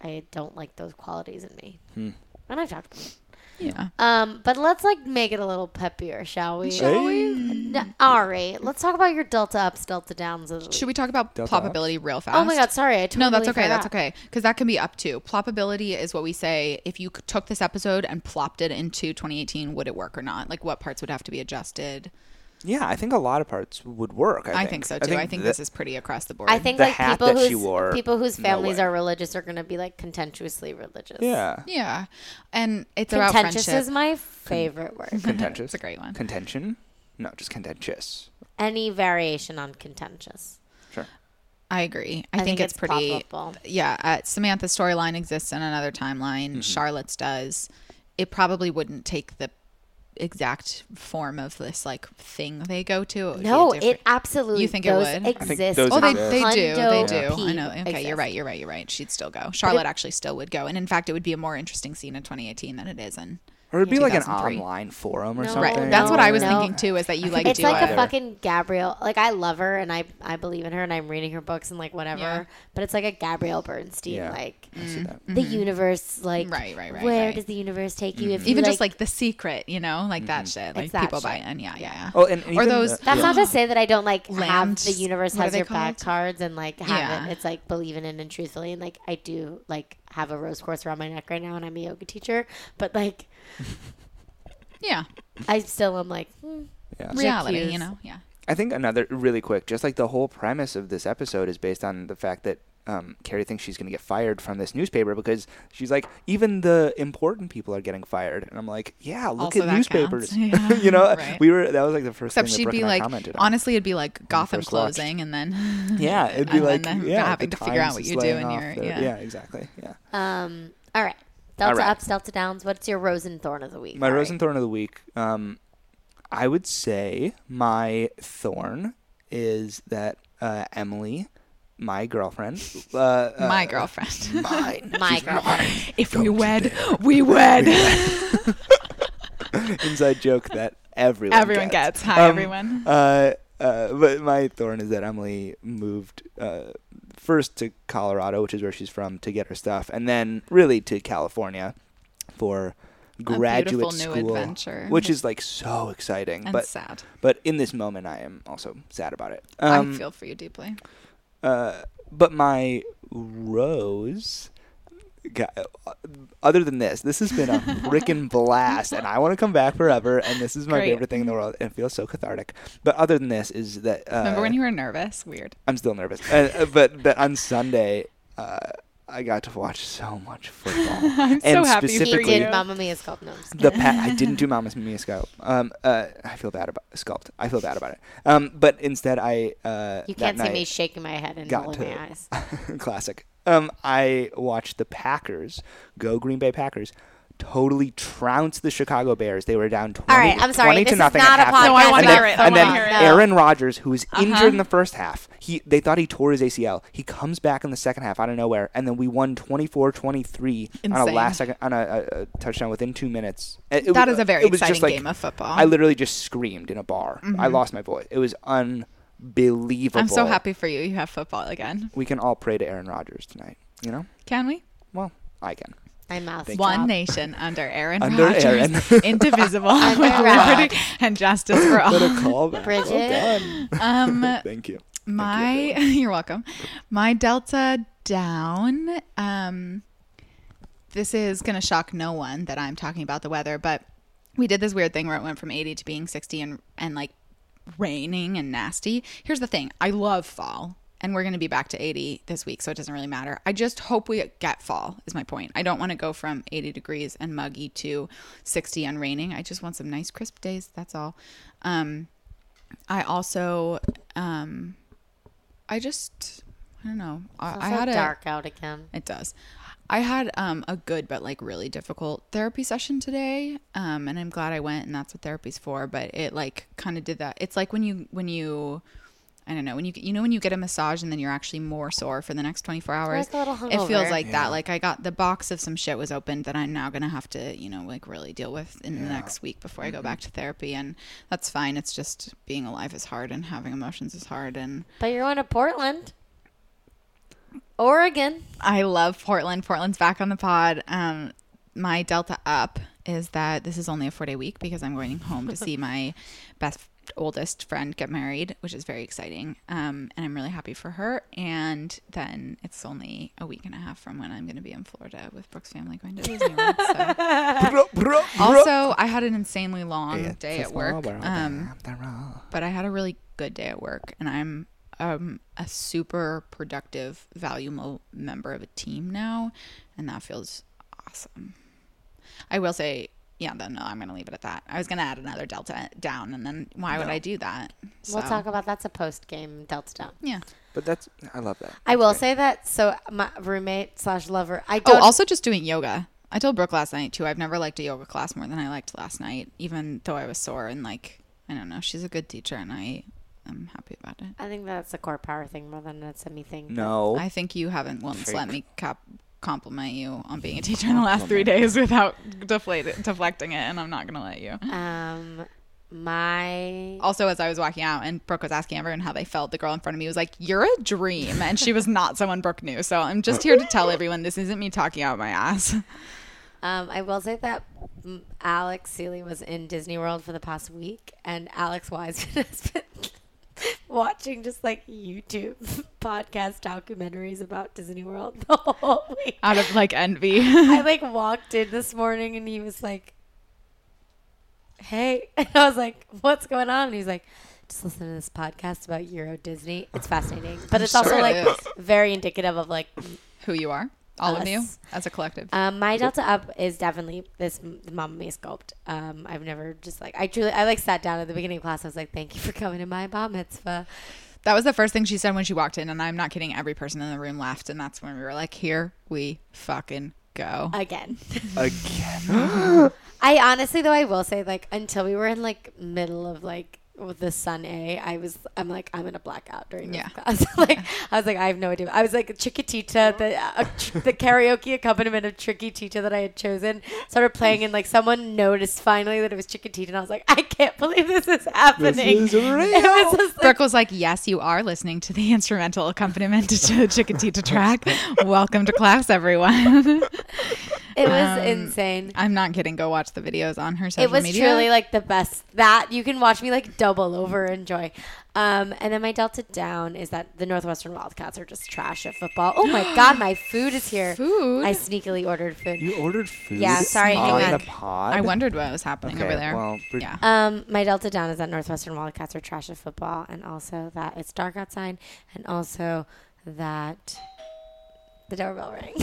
C: I don't like those qualities in me.
D: Hmm.
C: And I've talked. About it.
B: Yeah.
C: Um, but let's like make it a little peppier, shall we?
D: Shall we?
C: N- all right, let's talk about your delta ups, delta downs. Of the
B: Should
C: week.
B: we talk about
D: Delta ups?
B: plopability real fast?
C: Oh my god, sorry. I totally
B: no, that's okay. That's
C: forgot.
B: okay. Because that can be up to. Plopability is what we say if you c- took this episode and plopped it into 2018, would it work or not? Like, what parts would have to be adjusted?
D: yeah i think a lot of parts would work i,
B: I, think. so too. I think,
D: that-
B: this is pretty across the board.
C: I think
D: The
C: like
D: hat
C: people
D: that
C: whose
D: she wore,
C: people whose
D: no
C: families
D: way.
C: are religious are gonna be like contentiously religious.
D: yeah
B: Yeah. And it's about
C: contentious
B: friendship.
C: is my favorite word.
D: contentious
B: It's a great one.
D: contention no just contentious
C: Any variation on contentious.
D: sure
B: I agree. I, think,
C: think
B: it's,
C: it's
B: pretty.
C: plopable.
B: Yeah, uh, Samantha's storyline exists in another timeline. Charlotte's does. It probably wouldn't take the exact form of this like thing they go to. It would be a
C: No,
B: different-
C: it absolutely.
B: You think it
C: those
B: would? I think
C: Exist.
D: those
B: Oh, they,
D: exist.
B: they do. They
C: Hundo
B: do. I know.
C: P
B: Okay, you're
C: exist.
B: right. You're right. You're right. She'd still go. Charlotte actually still would go. And in fact, it would be a more interesting scene in 2018 than it is in.
D: or it'd be like an
B: 2003.
D: online forum or
C: No,
D: something
B: Right. That's what I was
C: no.
B: thinking too is that you like
C: it's
B: do
C: like
B: it.
C: a fucking Gabrielle. Like I love her and I I believe in her and I'm reading her books and like whatever.
B: Yeah. Mm-hmm.
C: But it's like a Gabrielle Bernstein
D: Yeah.
C: like
D: I see that.
C: the universe like
B: Right, right, right,
C: where
B: right.
C: does the universe take
D: Mm-hmm.
C: you if you,
B: Even just like the secret, you know, like that shit. Like
C: that
B: people buy
C: shit.
B: in. Yeah, yeah, yeah.
D: Oh, and
B: or
D: even
B: those.
D: the-
C: that's not to say that I don't like
B: Land-
C: have the universe
B: what are
C: has
B: they
C: your back
B: called?
C: cards and like have
B: Yeah.
C: it. It's like believing in and truthfully and like I do like have a rose course around my neck right now and I'm a yoga teacher. But like
B: yeah,
C: I still am like hmm,
D: yeah.
B: reality. You
C: cues.
B: know, yeah.
D: I think another really quick, just like the whole premise of this episode is based on the fact that um, Carrie thinks she's going to get fired from this newspaper because she's like, even the important people are getting fired, and I'm like, yeah, look
B: Also
D: at
B: that
D: newspapers.
B: counts. Yeah,
D: you know,
B: right.
D: we were that was like the first
B: Except
D: thing that
B: she'd
D: Brooke
B: be
D: and I
B: like,
D: commented on.
B: honestly, it'd be like Gotham
D: first watched.
B: closing, and then
D: yeah, it'd be
B: and
D: like
B: then
D: yeah,
B: having
D: the
B: to figure out
D: Times
B: what
D: is
B: you do
D: laying
B: in
D: off
B: your-
D: their-
B: yeah.
D: yeah, exactly, yeah.
C: um all right. Delta
D: right.
C: ups, delta downs. What's your rose and thorn of the week?
D: My
C: Sorry.
D: rose and thorn of the week. Um, I would say my thorn is that uh, Emily, my girlfriend, uh, uh,
B: my girlfriend.
D: mine.
C: My girlfriend.
B: if we wed, we wed.
D: inside joke that everyone
B: Everyone gets. Hi,
D: Um,
B: everyone.
D: Uh, uh, but my thorn is that Emily moved uh, first to Colorado, which is where she's from, to get her stuff, and then really to California for graduate
B: beautiful new
D: school,
B: adventure.
D: which is like so exciting.
B: And
D: but
B: sad.
D: but in this moment, I am also sad about it.
B: I
D: Um,
B: feel for you deeply.
D: uh, but my rose. Got, uh, other than this, this has been a freaking blast, and I want to come back forever. And this is my
B: Great.
D: favorite thing in the world, and it feels so cathartic. But other than this, is that uh,
B: Remember when you were nervous? Weird.
D: I'm still nervous, uh, uh, but that on Sunday, uh, I got to watch so much football.
B: I'm so
D: And
B: happy for
D: specifically-
B: you.
C: He did Mamma Mia sculpt. No, I'm just
D: the pa- I didn't do Mama's Mia sculpt. Um, uh, I feel bad about sculpt. I feel bad about it. Um, but instead, I uh,
C: You
D: that
C: can't see
D: night-
C: me shaking my head and
D: got
C: rolling
D: to-
C: my eyes.
D: Classic. Um, I watched the Packers go Green Bay Packers totally trounce the Chicago Bears. They were down twenty.
C: All right, I'm sorry.
D: 20
C: This
D: to
C: is
D: nothing
C: not
D: at
C: a
D: halftime.
B: No, I wanna
D: and then,
B: hear it. I wanna
D: And then
B: hear it.
D: Aaron Rodgers, who was
B: Uh-huh.
D: injured in the first half, he they thought he tore his ACL. He comes back in the second half out of nowhere, and then we won 24-23 on a
B: Insane.
D: last second on a, a, a touchdown within two minutes. It- it
B: That
D: was-
B: is a very
D: it was just
B: exciting
D: like-
B: game of football. Mm-hmm.
D: I literally just screamed in a bar. I lost my voice. It was unbelievable.
B: I'm so happy for you. You have football again.
D: We can all pray to Aaron Rodgers tonight. You know?
B: Can we?
D: Well, I can.
C: My mouth.
B: One nation under Aaron
D: Under
B: Rodgers,
D: Aaron.
B: indivisible,
C: Under
B: with
C: Rod.
B: liberty and justice for all.
D: call
C: Bridget.
B: Um,
D: Thank you.
B: my you're welcome my delta down um this is gonna shock no one that i'm talking about the weather but we did this weird thing where it went from 80 to being 60 and and like raining and nasty here's the thing i love fall and we're gonna be back to 80 this week so it doesn't really matter i just hope we get fall is my point i don't want to go from 80 degrees and muggy to 60 and raining i just want some nice crisp days that's all um i also um I just I don't know. I, I
C: so
B: had a
C: dark out again.
B: it does. I had um a good but like really difficult therapy session today. Um and I'm glad I went and that's what therapy's for, but it like kind of did that. It's like when you when you I don't know, when you you know when you get a massage and then you're actually more sore for the next 24 hours.
C: like a little
B: it feels
C: hungover.
B: like that. Like I got the box of some shit was opened that I'm now going to have to, you know, like really deal with in the next week before I go back to therapy and that's fine. It's just being alive is hard and having emotions is hard and
C: But you're going to Portland, Oregon.
B: I love Portland. Portland's back on the pod. Um, my Delta up is that this is only a four day week because I'm going home to see my best oldest friend get married, which is very exciting. Um, and I'm really happy for her. And then it's only a week and a half from when I'm going to be in Florida with Brooke's family going to Disney World. So. Also, I had an insanely long day at work. Um, but I had a really good day at work, and I'm um, a super productive, valuable member of a team now, and that feels awesome. I will say, yeah, then no, I'm going to leave it at that. I was going to add another delta down, and then why would I do that? So,
C: We'll talk about that's a post game Delta Down.
B: Yeah.
D: But that's I love that.
C: I will say that. So my roommate slash lover, I
B: Oh,
C: don't.
B: also just doing yoga. I told Brooke last night too. I've never liked a yoga class more than I liked last night, even though I was sore and like I don't know. She's a good teacher, and I am happy about it.
C: I think that's a core power thing more than it's anything.
D: No.
B: I think you haven't once let
D: Fake.
B: me cap- compliment you on being a teacher in the last three days without deflate it, deflecting it, and I'm not gonna let you.
C: Um, my
B: Also, as I was walking out and Brooke was asking everyone how they felt, the girl in front of me was like, "You're a dream," and she was not someone Brooke knew. So I'm just here to tell everyone this isn't me talking out my ass.
C: Um, I will say that mm, Alex Seeley was in Disney World for the past week, and Alex Wiseman has been watching just like YouTube podcast documentaries about Disney World the whole week.
B: Out of like envy.
C: I like walked in this morning, and he was like, "Hey," and I was like, "What's going on?" And he's like. Just listen to this podcast about Euro Disney. It's fascinating, but it's also
B: sure it
C: like
B: is.
C: very indicative of like
B: Who you are, all of you,
C: Us.
B: as a collective.
C: Um, my delta up is definitely this m- the Mamma Mia sculpt. Um, I've never just like I truly I like sat down at the beginning of class. I was like, "Thank you for coming to my bar mitzvah."
B: That was the first thing she said when she walked in, and I'm not kidding. Every person in the room laughed, and that's when we were like, "Here we fucking go."
C: Again,
D: Again.
C: I honestly though I will say like until we were in like middle of like with the sun a I was I'm like I'm gonna black out during this
B: Yeah.
C: class. like I was like I have no idea. I was like Chiquitita, the uh, tr- the karaoke accompaniment of Chiquitita that I had chosen started playing, and like someone noticed finally that it was Chiquitita, and I was like I can't believe this is happening.
D: is real.
C: It was just, like,
B: Brooke was like, "Yes, you are listening to the instrumental accompaniment to the Chiquitita track. Welcome to class, everyone."
C: It was insane.
B: I'm not kidding. Go watch the videos on her Um, social
C: It was
B: media.
C: truly like the best that you can watch me like double over and enjoy. Um, and then my delta down is that the Northwestern Wildcats are just trash at football. Oh my god, my food is here.
B: Food?
C: I sneakily ordered food.
D: You ordered food.
C: Yeah, sorry, hang
D: on
C: on.
D: the pod.
B: I wondered what was happening
D: Okay,
B: over there.
D: well, we're-
B: yeah.
C: Um, my delta down is that Northwestern Wildcats are trash at football, and also that it's dark outside, and also that The doorbell rang.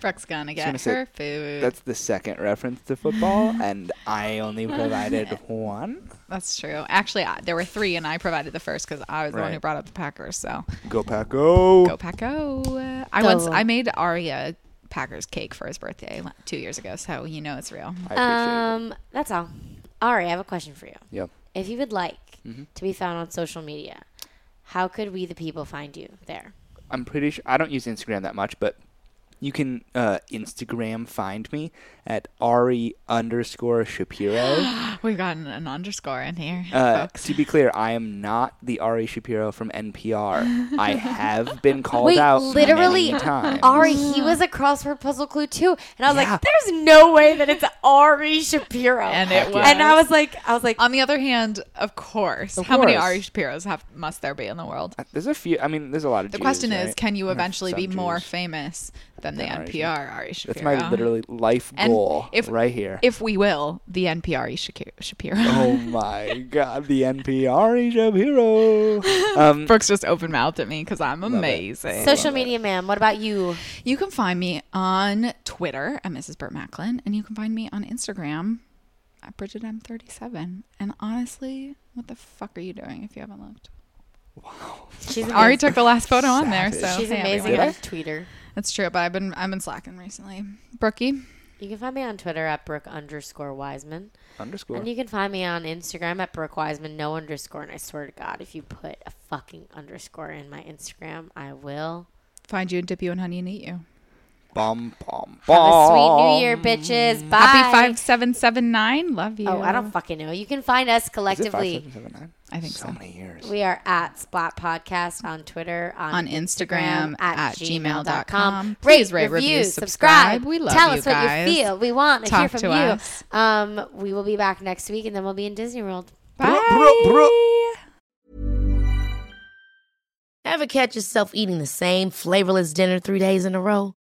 B: Brooke's gonna
D: gonna
B: get
D: say,
B: her food. That's,
D: That's the second reference to football, and I only provided one.
B: true. Actually, I, there were three, and I provided the first because I was the one who
D: Right.
B: brought up the Packers. So
D: Go pack, go.
B: go pack go. I
C: Go.
B: once I made Aria Packers cake for his birthday la- two years ago, so you know it's real.
D: I appreciate it.
C: Um, that's all. Ari, I have a question for you.
D: Yep.
C: If you would like to be found on social media, how could we the people find you there?
D: I'm pretty sure I don't use Instagram that much, but you can uh, Instagram find me at Ari underscore Shapiro.
B: We've gotten an underscore in here,
D: Uh,
B: folks.
D: to be clear, I am not the Ari Shapiro from NPR. I have been called
C: Wait,
D: out
C: literally,
D: many times.
C: Ari, he was a crossword puzzle clue too, and I was
D: Yeah.
C: like, "There's no way that it's Ari Shapiro."
B: And it was.
C: And I was like, I was like,
B: On the other hand, of course, how many
D: course.
B: Ari Shapiro's have must there be in the world?
D: There's a few. I mean, there's a lot of.
B: The question
D: Jews,
B: is,
D: right?
B: can you
D: Or
B: eventually
D: some
B: be more
D: Jews.
B: famous than the
D: Ari
B: NPR Ari Shapiro?
D: That's my literally life
B: And
D: goal
B: if-
D: right here.
B: If we will, the NPR Shaki- Shapiro.
D: oh my God, the NPR Shapiro. Um,
B: Brooks just open mouthed at me because I'm amazing.
C: "Social media, man. What about you?"
B: You can find me on Twitter at Mrs. Burt Macklin, and you can find me on Instagram at Bridget M37. And honestly, what the fuck are you doing if you haven't looked?
C: She's amazing.
B: Ari took the last photo on there,
D: Savage.
B: so
C: She's
B: Oh, hey,
C: amazing
B: everyone.
C: on Twitter.
B: That's true, but I've been I've been slacking recently. Brookie,
C: You can find me on Twitter at Brooke underscore Wiseman.
D: underscore.
C: And you can find me on Instagram at Brooke Wiseman, no underscore. And I swear to God, if you put a fucking underscore in my Instagram, I will.
B: find you and dip you in honey and eat you.
D: Bum, bum, bum.
C: Have a sweet new year, bitches. Bye.
B: Happy five seven seven nine. Love you.
C: Oh, I don't fucking know. You can find us
D: Is it
C: collectively.
D: 5779?
B: I think so.
D: many years.
C: We are at Splat Podcast on Twitter, on,
B: On Instagram, at gmail.com. Please
C: Rate,
B: rate,
C: review,
B: review,
C: subscribe.
B: subscribe. We love
C: Tell
B: you
C: us
B: guys.
C: what you feel. We want to hear
B: Talk
C: from
B: to
C: you.
B: us.
C: Um, we will be back next week, and then we'll be in Disney World.
B: Bye.
A: Ever catch yourself eating the same flavorless dinner three days in a row?